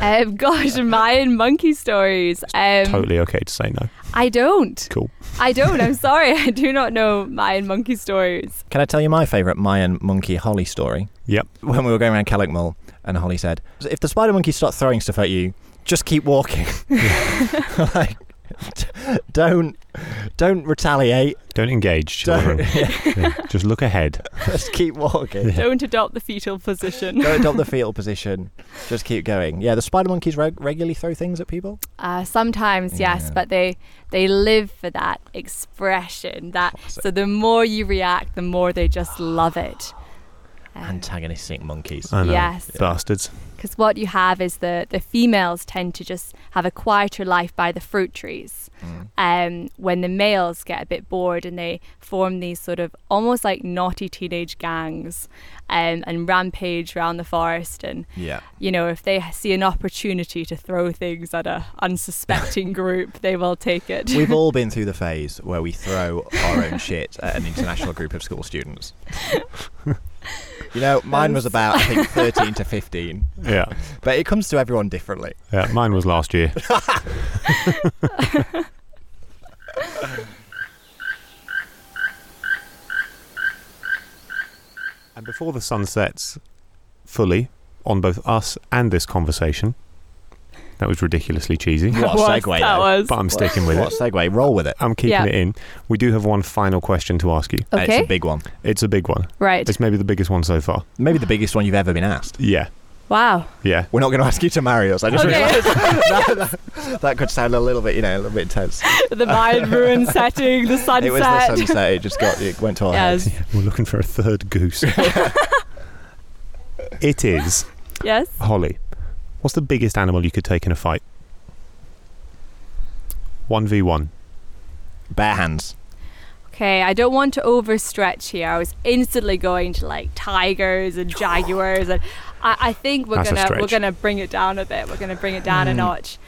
Speaker 7: Um, gosh, Mayan monkey stories. Um,
Speaker 5: totally okay to say no.
Speaker 7: I don't.
Speaker 5: Cool.
Speaker 7: I don't. I'm sorry. I do not know Mayan monkey stories.
Speaker 3: Can I tell you my favourite Mayan monkey Holly story?
Speaker 5: Yep.
Speaker 3: When we were going around Calakmul, and Holly said, "If the spider monkeys start throwing stuff at you, just keep walking. like, d- don't, don't retaliate.
Speaker 5: Don't engage,
Speaker 3: Don't-
Speaker 5: children. Yeah. Just look ahead.
Speaker 3: Just keep walking."
Speaker 7: Don't adopt the fetal position.
Speaker 3: Don't adopt the fetal position. Just keep going. Yeah, the spider monkeys reg- regularly throw things at people.
Speaker 7: Uh, sometimes, yes,
Speaker 3: Yeah.
Speaker 7: but they they live for that expression. That so the more you react, the more they just love it.
Speaker 3: Antagonistic monkeys.
Speaker 5: I know.
Speaker 7: Yes.
Speaker 5: uh, Bastards.
Speaker 7: Because what you have is the the females tend to just have a quieter life by the fruit trees.
Speaker 3: Mm.
Speaker 7: Um, when the males get a bit bored and they form these sort of almost like naughty teenage gangs, um, and rampage around the forest and
Speaker 3: Yeah.
Speaker 7: you know, if they see an opportunity to throw things at a unsuspecting group, they will take it.
Speaker 3: We've all been through the phase where we throw our own shit at an international group of school students. You know, mine was about I think 13 to 15,
Speaker 5: Yeah.
Speaker 3: but it comes to everyone differently.
Speaker 5: yeah. Mine was last year. And before the sun sets fully on both us and this conversation, that was ridiculously cheesy,
Speaker 3: What a
Speaker 7: was,
Speaker 3: segue,
Speaker 7: That
Speaker 3: though.
Speaker 7: was.
Speaker 5: but I'm sticking with
Speaker 3: What
Speaker 5: it.
Speaker 3: a segue? Roll with it.
Speaker 5: I'm keeping
Speaker 7: Yeah.
Speaker 5: it in. We do have one final question to ask you.
Speaker 3: And
Speaker 7: Okay.
Speaker 3: It's a big one.
Speaker 5: It's a big one.
Speaker 7: right.
Speaker 5: It's maybe the biggest one so far.
Speaker 3: Maybe the biggest one you've ever been asked.
Speaker 5: Yeah.
Speaker 7: Wow.
Speaker 5: Yeah.
Speaker 3: We're not going to ask you to marry us. I just
Speaker 7: Okay.
Speaker 3: realised that, that, that could sound a little bit, you know, a little bit intense.
Speaker 7: The mind ruin setting, the sunset.
Speaker 3: It was the sunset. It just got it went to our heads.
Speaker 7: yes.
Speaker 5: We're looking for a third goose. it is
Speaker 7: Yes.
Speaker 5: Holly. What's the biggest animal you could take in a fight? One v one.
Speaker 3: Bare hands.
Speaker 7: Okay, I don't want to overstretch here. I was instantly going to like tigers and jaguars, and I, I think we're
Speaker 5: That's a
Speaker 7: gonna we're
Speaker 5: stretch.
Speaker 7: gonna bring it down a bit. We're gonna bring it down
Speaker 3: Hmm.
Speaker 7: a notch.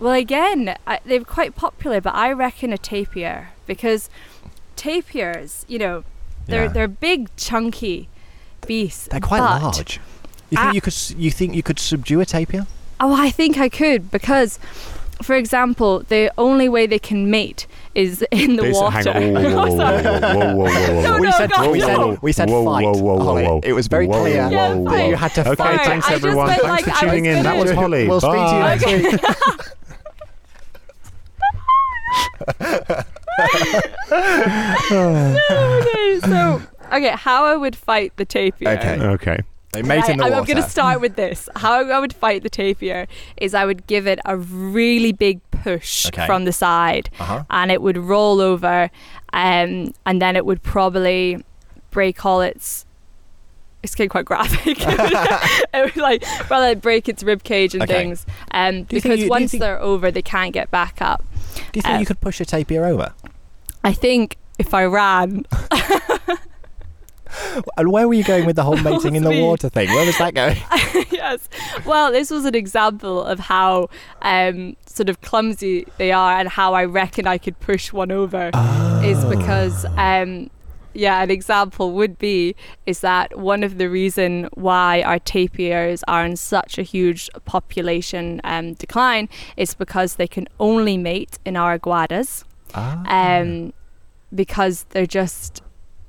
Speaker 7: Well, again, I, they're quite popular, but I reckon a tapir because tapirs, you know, they're
Speaker 3: Yeah.
Speaker 7: they're big, chunky beasts.
Speaker 3: They're quite
Speaker 7: but-
Speaker 3: large. You think
Speaker 7: Ah.
Speaker 3: you could s- you think you could subdue a tapir?
Speaker 7: Oh, I think I could because, for example, the only way they can mate is in the
Speaker 5: This-
Speaker 7: water.
Speaker 5: hang on. Whoa, whoa, whoa, whoa, whoa, whoa, whoa, whoa.
Speaker 7: No,
Speaker 3: we
Speaker 7: no,
Speaker 3: said
Speaker 7: God,
Speaker 3: we said,
Speaker 7: no.
Speaker 3: we said
Speaker 5: Whoa, whoa,
Speaker 3: fight.
Speaker 5: whoa, whoa,
Speaker 3: Holly.
Speaker 5: whoa.
Speaker 3: It was very
Speaker 5: Whoa,
Speaker 3: clear
Speaker 7: Yeah, whoa,
Speaker 3: that
Speaker 7: whoa.
Speaker 3: you had to
Speaker 5: Okay,
Speaker 7: Sorry,
Speaker 3: fight.
Speaker 5: thanks
Speaker 7: I just
Speaker 5: everyone.
Speaker 7: meant,
Speaker 5: Thanks
Speaker 7: like,
Speaker 5: for
Speaker 7: I was
Speaker 5: tuning in. That
Speaker 7: gonna-
Speaker 5: was Holly.
Speaker 3: We'll speak to you
Speaker 5: Bye.
Speaker 3: next week.
Speaker 7: okay, so okay, how I would fight the tapir.
Speaker 3: Okay.
Speaker 5: Okay.
Speaker 3: They mate in the
Speaker 7: Right, I'm,
Speaker 3: water.
Speaker 7: I'm going to start with this. How I would fight the tapir is I would give it a really big push
Speaker 3: Okay.
Speaker 7: from the side,
Speaker 3: Uh-huh.
Speaker 7: and it would roll over, um, and then it would probably break all its. It's getting quite graphic. it would like rather break its rib cage and
Speaker 3: Okay.
Speaker 7: things, um,
Speaker 3: you think you-
Speaker 7: because
Speaker 3: do you
Speaker 7: once
Speaker 3: think-
Speaker 7: they're over, they can't get back up.
Speaker 3: Do you think
Speaker 7: Uh,
Speaker 3: you could push a tapir over?
Speaker 7: I think if I ran,
Speaker 3: And where were you going with the whole mating in the
Speaker 7: Speed.
Speaker 3: water thing? Where was that going?
Speaker 7: yes. Well, this was an example of how um, sort of clumsy they are and how I reckon I could push one over is because um, yeah, an example would be is that one of the reason why our tapirs are in such a huge population um, decline is because they can only mate in our iguanas um, because they're just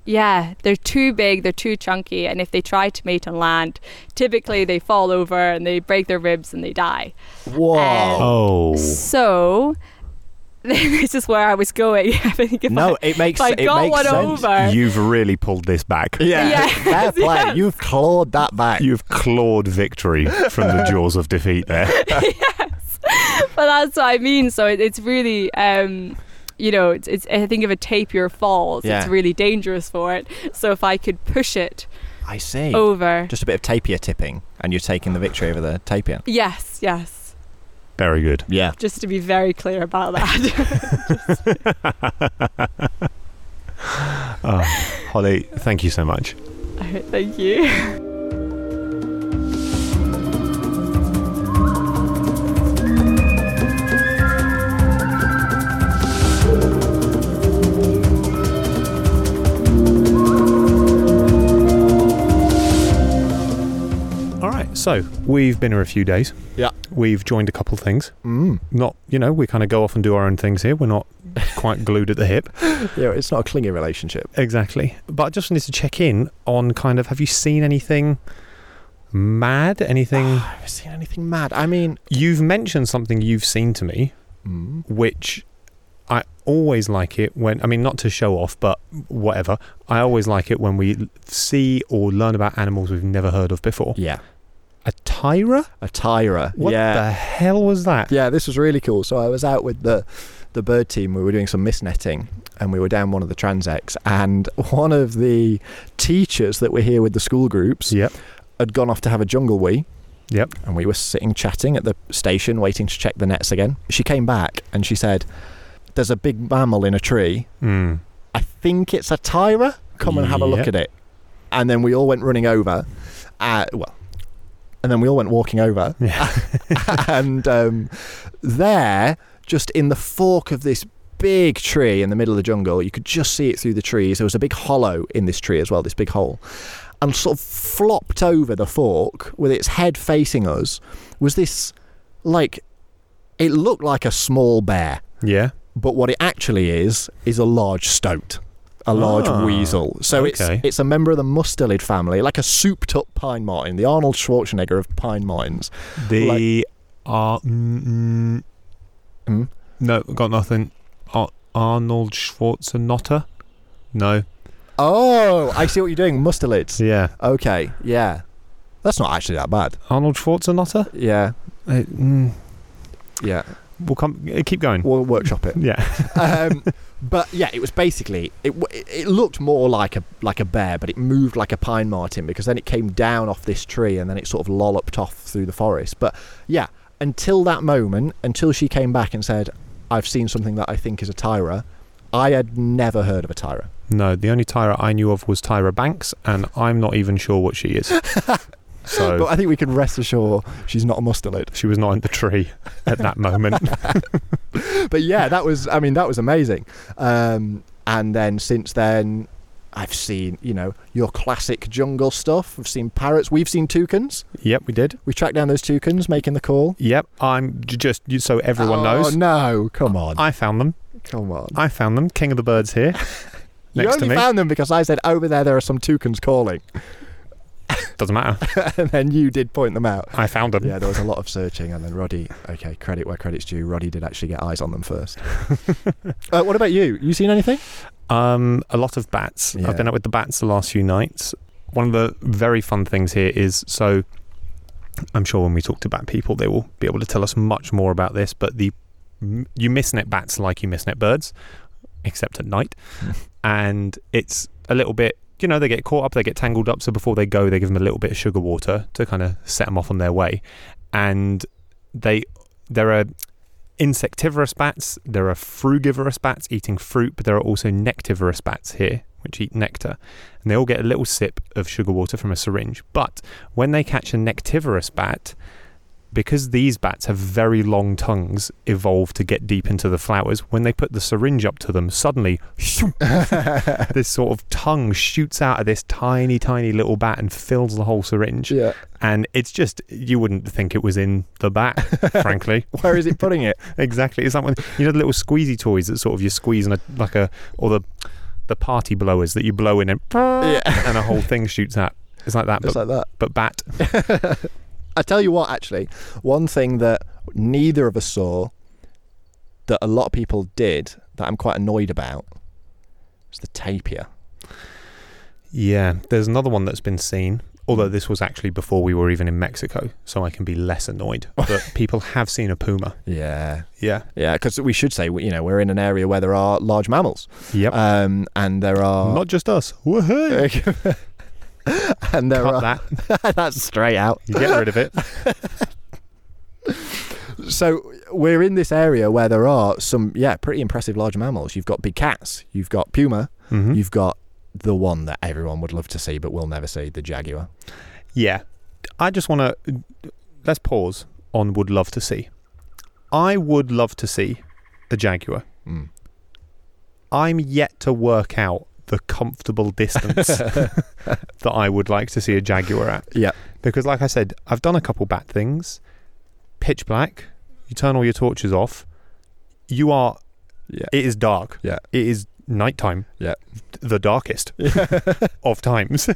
Speaker 7: yeah they're too big they're too chunky and if they try to mate on land typically they fall over and they break their ribs and they die
Speaker 3: Whoa.
Speaker 7: um,
Speaker 5: Oh.
Speaker 7: so this is where i was going i think if
Speaker 3: no,
Speaker 7: I,
Speaker 3: it makes
Speaker 7: if I
Speaker 3: it
Speaker 7: got
Speaker 3: makes
Speaker 7: one
Speaker 3: sense.
Speaker 7: over
Speaker 5: You've really pulled this back.
Speaker 3: Yeah,
Speaker 7: Yeah.
Speaker 3: fair play.
Speaker 7: Yes.
Speaker 3: You've clawed that back.
Speaker 5: You've clawed victory from the jaws of defeat there.
Speaker 7: but that's what i mean so it, it's really um you know it's, it's i think if a tapir falls
Speaker 3: Yeah.
Speaker 7: it's really dangerous for it so if i could push it
Speaker 3: I see.
Speaker 7: over
Speaker 3: Just a bit of tapir tipping, and you're taking the victory over the tapir.
Speaker 7: yes yes
Speaker 5: Very good.
Speaker 3: Yeah.
Speaker 7: just to be very clear about that
Speaker 5: Oh, Holly, thank you so much.
Speaker 7: Alright, Thank you.
Speaker 5: All right, so we've been here a few days.
Speaker 3: Yeah.
Speaker 5: We've joined a couple things.
Speaker 3: Mm.
Speaker 5: Not, you know, we kind of go off and do our own things here. We're not quite glued at the hip.
Speaker 3: Yeah, it's not a clinging relationship.
Speaker 5: Exactly. But I just wanted to check in on kind of have you seen anything mad? Anything
Speaker 3: I've never seen anything mad. I mean,
Speaker 5: you've mentioned something you've seen to me,
Speaker 3: mm.
Speaker 5: which I always like it when I mean not to show off, but whatever. I always like it when we see or learn about animals we've never heard of before.
Speaker 3: yeah,
Speaker 5: A tyra?
Speaker 3: a tyra.
Speaker 5: What
Speaker 3: yeah.
Speaker 5: the hell was that?
Speaker 3: Yeah, this was really cool. So I was out with the the bird team. We were doing some mist netting, and we were down one of the transects. And one of the teachers that were here with the school groups
Speaker 5: Yep.
Speaker 3: had gone off to have a jungle wee.
Speaker 5: Yep.
Speaker 3: And we were sitting chatting at the station, waiting to check the nets again. She came back and she said, "There's a big mammal in a tree.
Speaker 5: Mm.
Speaker 3: I think it's a tyra. Come and have a look
Speaker 5: Yep.
Speaker 3: at it." And then we all went running over. Uh, well, and then we all went walking over
Speaker 5: Yeah.
Speaker 3: and um, there, just in the fork of this big tree in the middle of the jungle, you could just see it through the trees. There was a big hollow in this tree as well, this big hole. And sort of flopped over the fork with its head facing us was this, like, it looked like a small bear,
Speaker 5: yeah.
Speaker 3: but what it actually is, is a large stoat. a large
Speaker 5: Ah,
Speaker 3: weasel. So
Speaker 5: okay.
Speaker 3: it's it's a member of the mustelid family, like a souped-up pine martin, the Arnold Schwarzenegger of pine martins.
Speaker 5: The Ar- mm, mm,
Speaker 3: Hmm?
Speaker 5: no, got nothing. Ar- Arnold Schwarzenegger. No,
Speaker 3: Oh, I see what you're doing. Mustelids.
Speaker 5: yeah,
Speaker 3: Okay, yeah, that's not actually that bad.
Speaker 5: Arnold Schwarzenegger.
Speaker 3: Yeah,
Speaker 5: Uh, mm,
Speaker 3: yeah,
Speaker 5: we'll come. uh, Keep going.
Speaker 3: we'll workshop it.
Speaker 5: Yeah,
Speaker 3: um, but yeah, it was basically it, w- it. It looked more like a like a bear, but it moved like a pine martin because then it came down off this tree and then it sort of lolloped off through the forest. But yeah, until that moment, until she came back and said, "I've seen something that I think is a tyra," I had never heard of a tyra.
Speaker 5: no. The only Tyra I knew of was Tyra Banks, and I'm not even sure what she is.
Speaker 3: But
Speaker 5: so
Speaker 3: I think we can rest assured she's not a mustelid.
Speaker 5: she was not in the tree at that moment.
Speaker 3: But yeah, that was. I mean, that was amazing. Um, and then since then. I've seen, you know, your classic jungle stuff. I've seen parrots. We've seen toucans.
Speaker 5: yep, we did.
Speaker 3: We tracked down those toucans making the call.
Speaker 5: Yep, I'm j- just you- so everyone knows.
Speaker 3: Oh no! Come on,
Speaker 5: I found them.
Speaker 3: come on.
Speaker 5: I found them. King of the birds here.
Speaker 3: you
Speaker 5: Next to
Speaker 3: only
Speaker 5: me.
Speaker 3: found them because I said over there there are some toucans calling,
Speaker 5: Doesn't matter.
Speaker 3: and then you did point them out.
Speaker 5: I found them.
Speaker 3: Yeah, there was a lot of searching, and then Roddy. Okay, credit where credit's due. Roddy did actually get eyes on them first. uh, what about you? You seen anything?
Speaker 5: Um, a lot of bats.
Speaker 3: Yeah.
Speaker 5: I've been out with the bats the last few nights. One of the very fun things here is so I'm sure when we talk to bat people, they will be able to tell us much more about this. But the you misnet bats like you misnet birds, except at night, and it's a little bit. You know, they get caught up, they get tangled up. So before they go, they give them a little bit of sugar water to kind of set them off on their way. And they there are insectivorous bats, there are frugivorous bats eating fruit, but there are also nectivorous bats here, which eat nectar. And they all get a little sip of sugar water from a syringe. But when they catch a nectivorous bat, because these bats have very long tongues evolved to get deep into the flowers, when they put the syringe up to them, suddenly this sort of tongue shoots out of this tiny, tiny little bat and fills the whole syringe.
Speaker 3: Yeah.
Speaker 5: And it's just, you wouldn't think it was in the bat, frankly.
Speaker 3: Where is it putting it?
Speaker 5: Exactly. It's like when you know the little squeezy toys that sort of you squeeze and a like a or the the party blowers that you blow in and and a whole thing shoots out. It's like that, but,
Speaker 3: It's like that.
Speaker 5: but bat.
Speaker 3: I tell you what, actually, one thing that neither of us saw that a lot of people did that I'm quite annoyed about is the tapir.
Speaker 5: Yeah, there's another one that's been seen. Although this was actually before we were even in Mexico, so I can be less annoyed. But people have seen a puma.
Speaker 3: Yeah.
Speaker 5: Yeah.
Speaker 3: Yeah, because we should say, we- you know, we're in an area where there are large mammals,
Speaker 5: Yep.
Speaker 3: um, and there are
Speaker 5: Uh, Not just us. Woohoo!
Speaker 3: and there
Speaker 5: Cut
Speaker 3: are
Speaker 5: that.
Speaker 3: that's straight out.
Speaker 5: You get rid of it.
Speaker 3: So we're in this area where there are some, yeah, pretty impressive large mammals. You've got big cats, you've got puma,
Speaker 5: Mhm.
Speaker 3: you've got the one that everyone would love to see but will never see, the jaguar.
Speaker 5: Yeah. I just want to let's pause on would love to see. I would love to see a Jaguar.
Speaker 3: Mm.
Speaker 5: I'm yet to work out the comfortable distance that I would like to see a Jaguar at.
Speaker 3: Yeah.
Speaker 5: Because, like I said, I've done a couple bad things. Pitch black, you turn all your torches off. You are.
Speaker 3: Yeah.
Speaker 5: It is dark.
Speaker 3: Yeah.
Speaker 5: It is nighttime.
Speaker 3: Yeah.
Speaker 5: The darkest of times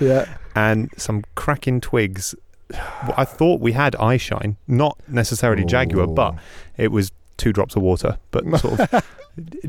Speaker 3: Yeah,
Speaker 5: and some cracking twigs. Well, I thought we had eye shine, not necessarily jaguar, but it was two drops of water, but sort of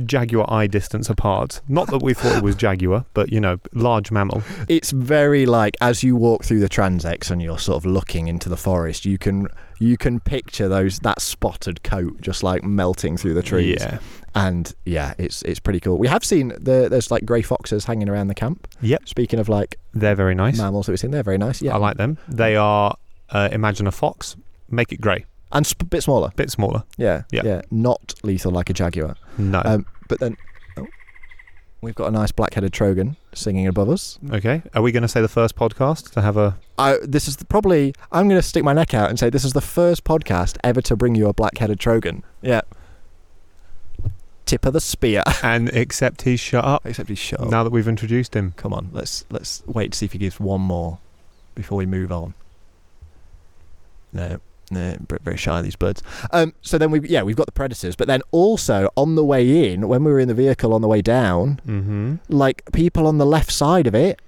Speaker 5: jaguar eye distance apart. Not that we thought it was jaguar, but you know, large mammal.
Speaker 3: it's very like as you walk through the transects and you're sort of looking into the forest, you can you can picture those that spotted coat just like melting through the trees.
Speaker 5: Yeah.
Speaker 3: and yeah, it's it's pretty cool. We have seen the, there's like grey foxes hanging around the camp.
Speaker 5: Yep.
Speaker 3: Speaking of like
Speaker 5: They're very nice.
Speaker 3: mammals that we've seen, they're very nice. Yeah,
Speaker 5: I like them. They are uh, imagine a fox, make it grey,
Speaker 3: and sp- bit smaller.
Speaker 5: bit smaller.
Speaker 3: Yeah,
Speaker 5: Yeah.
Speaker 3: not lethal like a jaguar.
Speaker 5: No.
Speaker 3: Um, but then oh, we've got a nice black-headed trogon singing above us.
Speaker 5: okay. Are we going to say the first podcast to have a
Speaker 3: I, this is the, probably I'm going to stick my neck out and say this is the first podcast ever to bring you a black-headed trogon. Yeah, tip of the spear.
Speaker 5: and except he's shut up
Speaker 3: Except he's shut. up.
Speaker 5: now that we've introduced him?
Speaker 3: Come on, let's let's wait to see if he gives one more before we move on. No, They're ver- very shy these birds. Um, so then we yeah we've got the predators, but then also on the way in, when we were in the vehicle on the way down,
Speaker 5: Mm-hmm.
Speaker 3: like people on the left side of it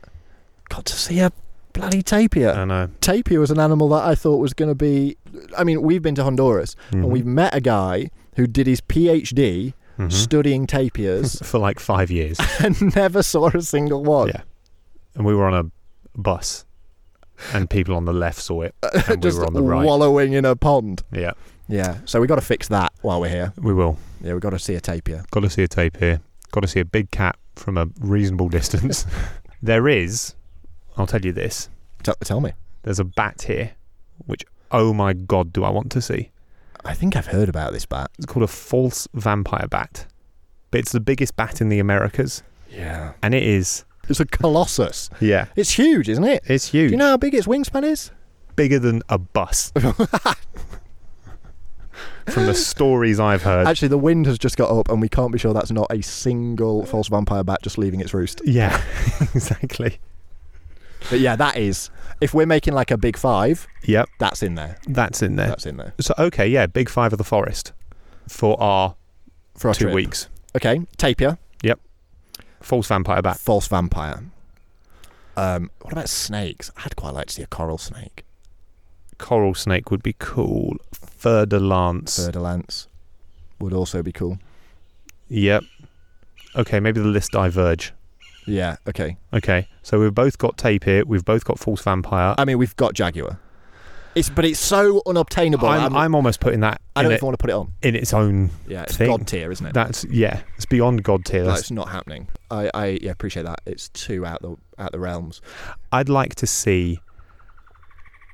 Speaker 3: got to see a bloody tapir.
Speaker 5: I know.
Speaker 3: tapir was an animal that I thought was going to be. I mean, we've been to Honduras
Speaker 5: Mhm.
Speaker 3: and we've met a guy who did his PhD
Speaker 5: Mhm.
Speaker 3: studying tapirs
Speaker 5: for like five years.
Speaker 3: and never saw a single one.
Speaker 5: Yeah. and we were on a bus, and people on the left saw it, and we
Speaker 3: Just
Speaker 5: were on the right.
Speaker 3: wallowing in a pond.
Speaker 5: yeah,
Speaker 3: Yeah. So we got to fix that while we're here.
Speaker 5: we will.
Speaker 3: Yeah, we got to see a tapir.
Speaker 5: Got to see a tapir. Got to see a big cat from a reasonable distance. there is, I'll tell you this.
Speaker 3: T- tell me.
Speaker 5: There's a bat here, which oh my god, do I want to see?
Speaker 3: I think I've heard about this bat.
Speaker 5: It's called a false vampire bat, but it's the biggest bat in the Americas,
Speaker 3: Yeah.
Speaker 5: and it is.
Speaker 3: It's a colossus.
Speaker 5: Yeah,
Speaker 3: It's huge, isn't it?
Speaker 5: it's huge.
Speaker 3: Do you know how big its wingspan is?
Speaker 5: bigger than a bus. From the stories I've heard,
Speaker 3: Actually, the wind has just got up, and we can't be sure that's not a single false vampire bat just leaving its roost.
Speaker 5: Yeah, exactly.
Speaker 3: But yeah, that is. If we're making like a big five,
Speaker 5: Yep,
Speaker 3: that's in there.
Speaker 5: that's in there.
Speaker 3: That's in there
Speaker 5: So okay, yeah, big five of the forest for our
Speaker 3: for our
Speaker 5: two
Speaker 3: trip.
Speaker 5: weeks.
Speaker 3: Okay, tapir,
Speaker 5: False vampire bat.
Speaker 3: false vampire. Um, what about snakes? I'd quite like to see a coral snake.
Speaker 5: Coral snake would be cool. Fur de lance.
Speaker 3: Ferdilance would also be cool.
Speaker 5: Yep. Okay, maybe the list diverge.
Speaker 3: Yeah. Okay.
Speaker 5: Okay, so we've both got tapir. We've both got false vampire.
Speaker 3: I mean, we've got jaguar. It's but it's so unobtainable.
Speaker 5: I'm,
Speaker 3: I'm, I'm,
Speaker 5: I'm almost putting that
Speaker 3: I do
Speaker 5: in,
Speaker 3: not
Speaker 5: it,
Speaker 3: even want to put it on.
Speaker 5: in its own.
Speaker 3: Yeah, it's
Speaker 5: Thing.
Speaker 3: god tier, isn't it?
Speaker 5: That's yeah. It's beyond god tier.
Speaker 3: Like,
Speaker 5: That's-
Speaker 3: it's not happening. I, I yeah, appreciate that. It's too out the out the realms.
Speaker 5: I'd like to see.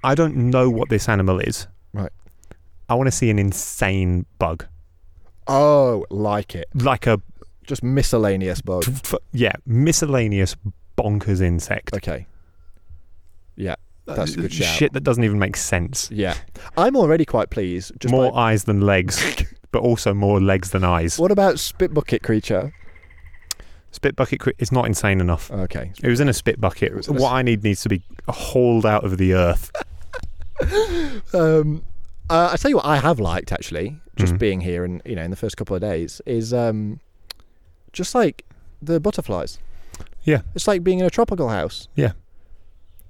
Speaker 5: I don't know what this animal is.
Speaker 3: Right.
Speaker 5: I want to see an insane bug,
Speaker 3: Oh, like it.
Speaker 5: like a
Speaker 3: Just miscellaneous bugs.
Speaker 5: f- yeah miscellaneous bonkers insect.
Speaker 3: Okay. Yeah, that's a good shout.
Speaker 5: uh, shit that doesn't even make sense.
Speaker 3: Yeah, I'm already quite pleased. Just
Speaker 5: more
Speaker 3: by-
Speaker 5: eyes than legs, but also more legs than eyes.
Speaker 3: what about spit bucket creature?
Speaker 5: Spit bucket. cre- It's not insane enough.
Speaker 3: Okay.
Speaker 5: It was in a spit bucket.
Speaker 3: Oh. It was in a
Speaker 5: what I need needs to be hauled out of the earth.
Speaker 3: Um, uh, I tell you what, I have liked actually, just
Speaker 5: Mm.
Speaker 3: being here and you know in the first couple of days is um, just like the butterflies.
Speaker 5: Yeah.
Speaker 3: it's like being in a tropical house.
Speaker 5: Yeah.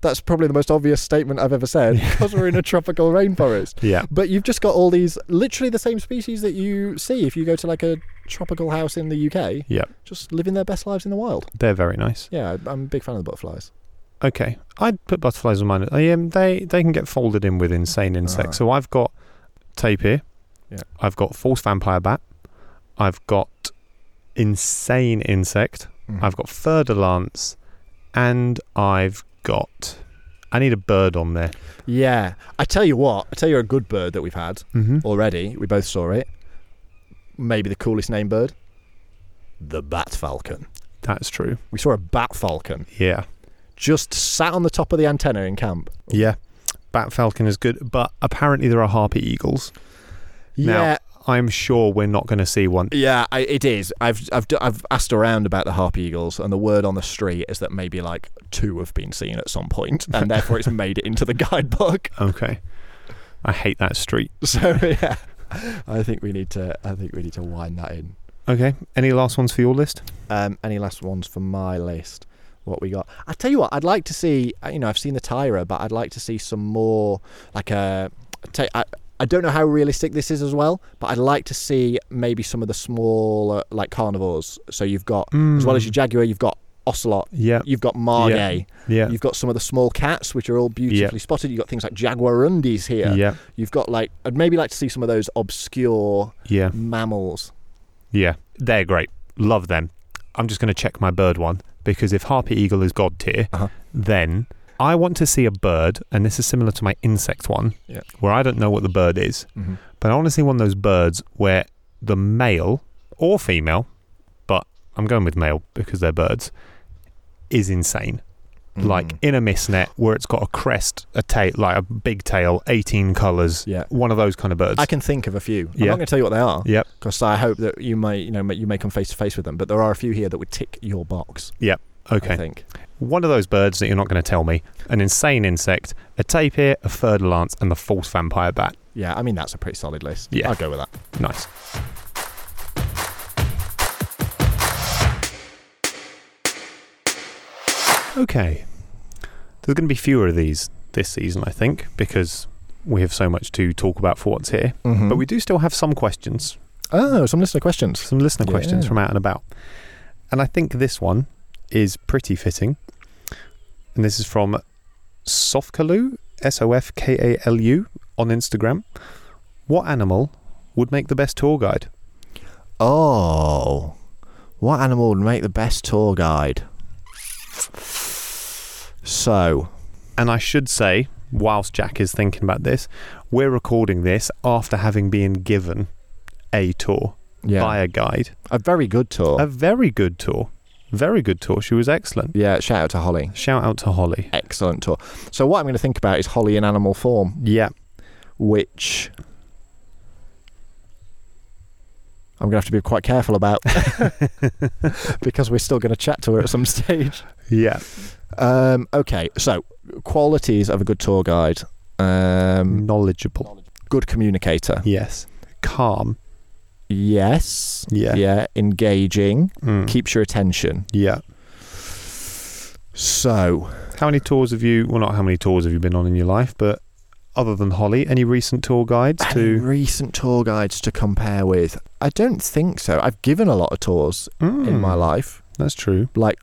Speaker 3: That's probably the most obvious statement I've ever said because we're in a tropical rainforest.
Speaker 5: Yeah.
Speaker 3: But you've just got all these literally the same species that you see if you go to like a tropical house in the UK.
Speaker 5: Yeah.
Speaker 3: Just living their best lives in the wild.
Speaker 5: They're very nice.
Speaker 3: Yeah, I'm a big fan of the butterflies.
Speaker 5: Okay, I'd put butterflies on mine. They, um, they they can get folded in with insane insects.
Speaker 3: Alright.
Speaker 5: So I've got tapir.
Speaker 3: Yeah.
Speaker 5: I've got false vampire bat. I've got insane insect.
Speaker 3: Mhm.
Speaker 5: I've got fur de lance, and I've got. I need a bird on there.
Speaker 3: Yeah, I tell you what, I tell you a good bird that we've had
Speaker 5: Mm-hmm.
Speaker 3: already. We both saw it. Maybe the coolest named bird, the bat falcon.
Speaker 5: That's true.
Speaker 3: We saw a bat falcon
Speaker 5: Yeah.
Speaker 3: just sat on the top of the antenna in camp.
Speaker 5: Yeah. Bat falcon is good, but apparently there are harpy eagles. Now-
Speaker 3: Yeah,
Speaker 5: I'm sure we're not going to see one.
Speaker 3: yeah, I, it is. I've I've d- I've asked around about the harpy eagles, and the word on the street is that maybe like two have been seen at some point, and therefore it's made it into the guidebook.
Speaker 5: Okay. I hate that street.
Speaker 3: So Oh, yeah, I think we need to I think we need to wind that in.
Speaker 5: Okay. Any last ones for your list?
Speaker 3: Um, any last ones for my list? What we got? I tell you what, I'd like to see. uh, You know, I've seen the Tyra, but I'd like to see some more. Like a, ta- I, I don't know how realistic this is as well, but I'd like to see maybe some of the smaller like carnivores. So you've got as well as your jaguar, you've got ocelot,
Speaker 5: Hmm. Mm. Yeah.
Speaker 3: you've got margay,
Speaker 5: Yeah.
Speaker 3: you've got some of the small cats which are all beautifully spotted. You've got things like jaguarundis here.
Speaker 5: Yeah.
Speaker 3: You've got like I'd maybe like to see some of those obscure
Speaker 5: Yeah.
Speaker 3: mammals.
Speaker 5: Yeah. They're great. Love them. I'm just going to check my bird one because if Harpy Eagle is God tier,
Speaker 3: Uh-huh.
Speaker 5: then I want to see a bird, and this is similar to my insect one,
Speaker 3: Yeah.
Speaker 5: where I don't know what the bird is,
Speaker 3: Mhm.
Speaker 5: but I want to see one of those birds where the male or female, but I'm going with male because they're birds, is insane. Like
Speaker 3: Mm.
Speaker 5: in a mist net where it's got a crest, a tail, like a big tail, 18 colours.
Speaker 3: Yeah.
Speaker 5: One of those kind of birds.
Speaker 3: I can think of a few. I'm
Speaker 5: Yeah.
Speaker 3: not going to tell you what they are.
Speaker 5: Yep.
Speaker 3: Because I hope that you may, you know, ma- you may come face to face with them. But there are a few here that would tick your box. I
Speaker 5: Okay.
Speaker 3: think.
Speaker 5: one of those birds that you're not going to tell me, an insane insect, a tapir, a fur de lance, and the false vampire bat.
Speaker 3: Yeah, I mean that's a pretty solid list.
Speaker 5: Yeah.
Speaker 3: I'll go with that.
Speaker 5: Nice. Okay. There's going to be fewer of these this season, I think, because we have so much to talk about for what's here.
Speaker 3: Mm-hmm.
Speaker 5: But we do still have some questions,
Speaker 3: oh, some listener questions.
Speaker 5: some listener
Speaker 3: Yeah.
Speaker 5: questions from out and about. And I think this one is pretty fitting. And this is from Sofkalu, S O F K A L U, on Instagram. What animal would make the best tour guide?
Speaker 3: Oh, what animal would make the best tour guide? So,
Speaker 5: And I should say, whilst Jack is thinking about this, we're recording this after having been given a tour
Speaker 3: yeah,
Speaker 5: by a guide.
Speaker 3: a very good tour.
Speaker 5: A very good tour. Very good tour. She was excellent.
Speaker 3: yeah, shout out to Holly.
Speaker 5: Shout out to Holly.
Speaker 3: Excellent tour. So, what I'm going to think about is Holly in animal form,
Speaker 5: Yeah.
Speaker 3: which I'm going to have to be quite careful about because we're still going to chat to her at some stage.
Speaker 5: Yeah.
Speaker 3: Um, okay, so qualities of a good tour guide um,
Speaker 5: Knowledgeable.
Speaker 3: good communicator.
Speaker 5: Yes. Calm.
Speaker 3: Yes.
Speaker 5: Yeah.
Speaker 3: Yeah, engaging,
Speaker 5: Mm.
Speaker 3: keeps your attention.
Speaker 5: Yeah.
Speaker 3: So,
Speaker 5: How many tours have you, well, not how many tours have you been on in your life, but other than Holly, any recent tour guides
Speaker 3: any
Speaker 5: to.
Speaker 3: recent tour guides to compare with? I don't think so. I've given a lot of tours in
Speaker 5: Mm,
Speaker 3: my life,
Speaker 5: That's true.
Speaker 3: like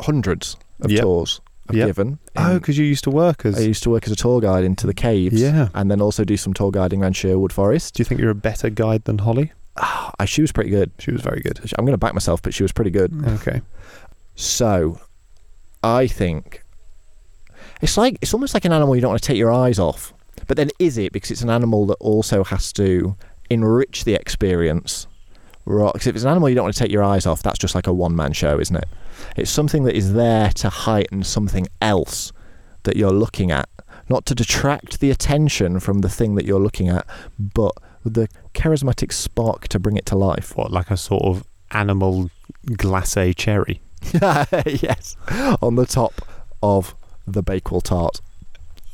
Speaker 3: hundreds of
Speaker 5: Yep.
Speaker 3: tours I've
Speaker 5: Yep.
Speaker 3: given.
Speaker 5: Oh,
Speaker 3: In-
Speaker 5: because you used to work as.
Speaker 3: I used to work as a tour guide into the caves.
Speaker 5: yeah.
Speaker 3: And then also do some tour guiding around Sherwood Forest.
Speaker 5: Do you think you're a better guide than Holly?
Speaker 3: Ah, she was pretty good.
Speaker 5: She was very good.
Speaker 3: I'm going to back myself, but she was pretty good.
Speaker 5: Okay.
Speaker 3: So, I think it's like it's almost like an animal you don't want to take your eyes off. But then, is it because it's an animal that also has to enrich the experience? Because if it's an animal you don't want to take your eyes off, that's just like a one-man show, isn't it? It's something that is there to heighten something else that you're looking at, not to detract the attention from the thing that you're looking at, but with the charismatic spark to bring it to life.
Speaker 5: What, like a sort of animal glacé cherry?
Speaker 3: yes, on the top of the Bakewell tart.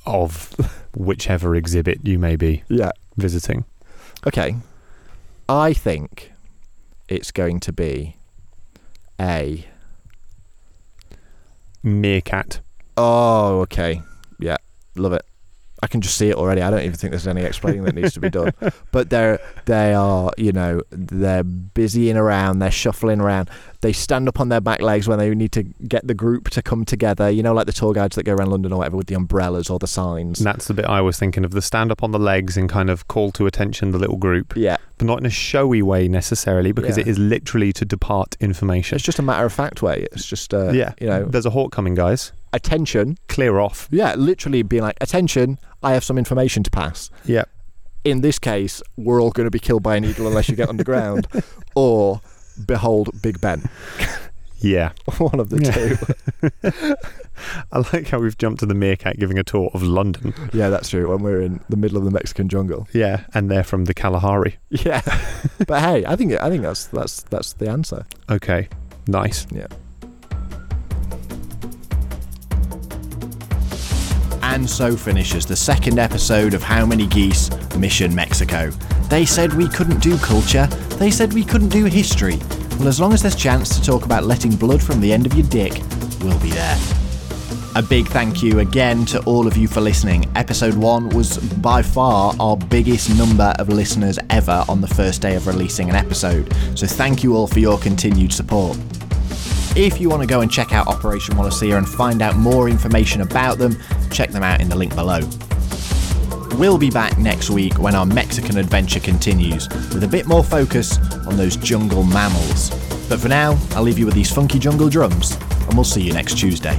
Speaker 5: of whichever exhibit you may be
Speaker 3: Yeah.
Speaker 5: visiting.
Speaker 3: Okay. I think it's going to be a.
Speaker 5: Meerkat.
Speaker 3: Oh, okay. Yeah, love it. I can just see it already. I don't even think there's any explaining that needs to be done. But they're they are you know they're busying around, they're shuffling around. They stand up on their back legs when they need to get the group to come together. You know, like the tour guides that go around London or whatever with the umbrellas or the signs.
Speaker 5: And that's the bit I was thinking of the stand up on the legs and kind of call to attention the little group,
Speaker 3: Yeah,
Speaker 5: but not in a showy way necessarily because
Speaker 3: Yeah.
Speaker 5: it is literally to depart information.
Speaker 3: it's just a matter of fact way. It's just uh,
Speaker 5: yeah.
Speaker 3: you know
Speaker 5: There's a hawk coming, guys.
Speaker 3: attention.
Speaker 5: Clear off.
Speaker 3: Yeah, literally being like, attention, I have some information to pass.
Speaker 5: Yeah.
Speaker 3: In this case, we're all going to be killed by an eagle unless you get underground. Or, behold, Big Ben.
Speaker 5: Yeah.
Speaker 3: One of the
Speaker 5: Yeah. I like how we've jumped to the meerkat giving a tour of London.
Speaker 3: two. Yeah, that's true. When we're in the middle of the Mexican jungle.
Speaker 5: Yeah. And they're from the Kalahari.
Speaker 3: Yeah. but hey, I think I think that's that's that's the answer.
Speaker 5: Okay. Nice.
Speaker 3: Yeah.
Speaker 8: And so finishes the second episode of How Many Geese Mission Mexico. They said we couldn't do culture, they said we couldn't do history. Well, as long as there's chance to talk about letting blood from the end of your dick, we'll be there. A big thank you again to all of you for listening. Episode 1 was by far our biggest number of listeners ever on the first day of releasing an episode, so thank you all for your continued support. If you want to go and check out Operation Wallacea and find out more information about them, check them out in the link below. We'll be back next week when our Mexican adventure continues, with a bit more focus on those jungle mammals. But for now, I'll leave you with these funky jungle drums, and we'll see you next Tuesday.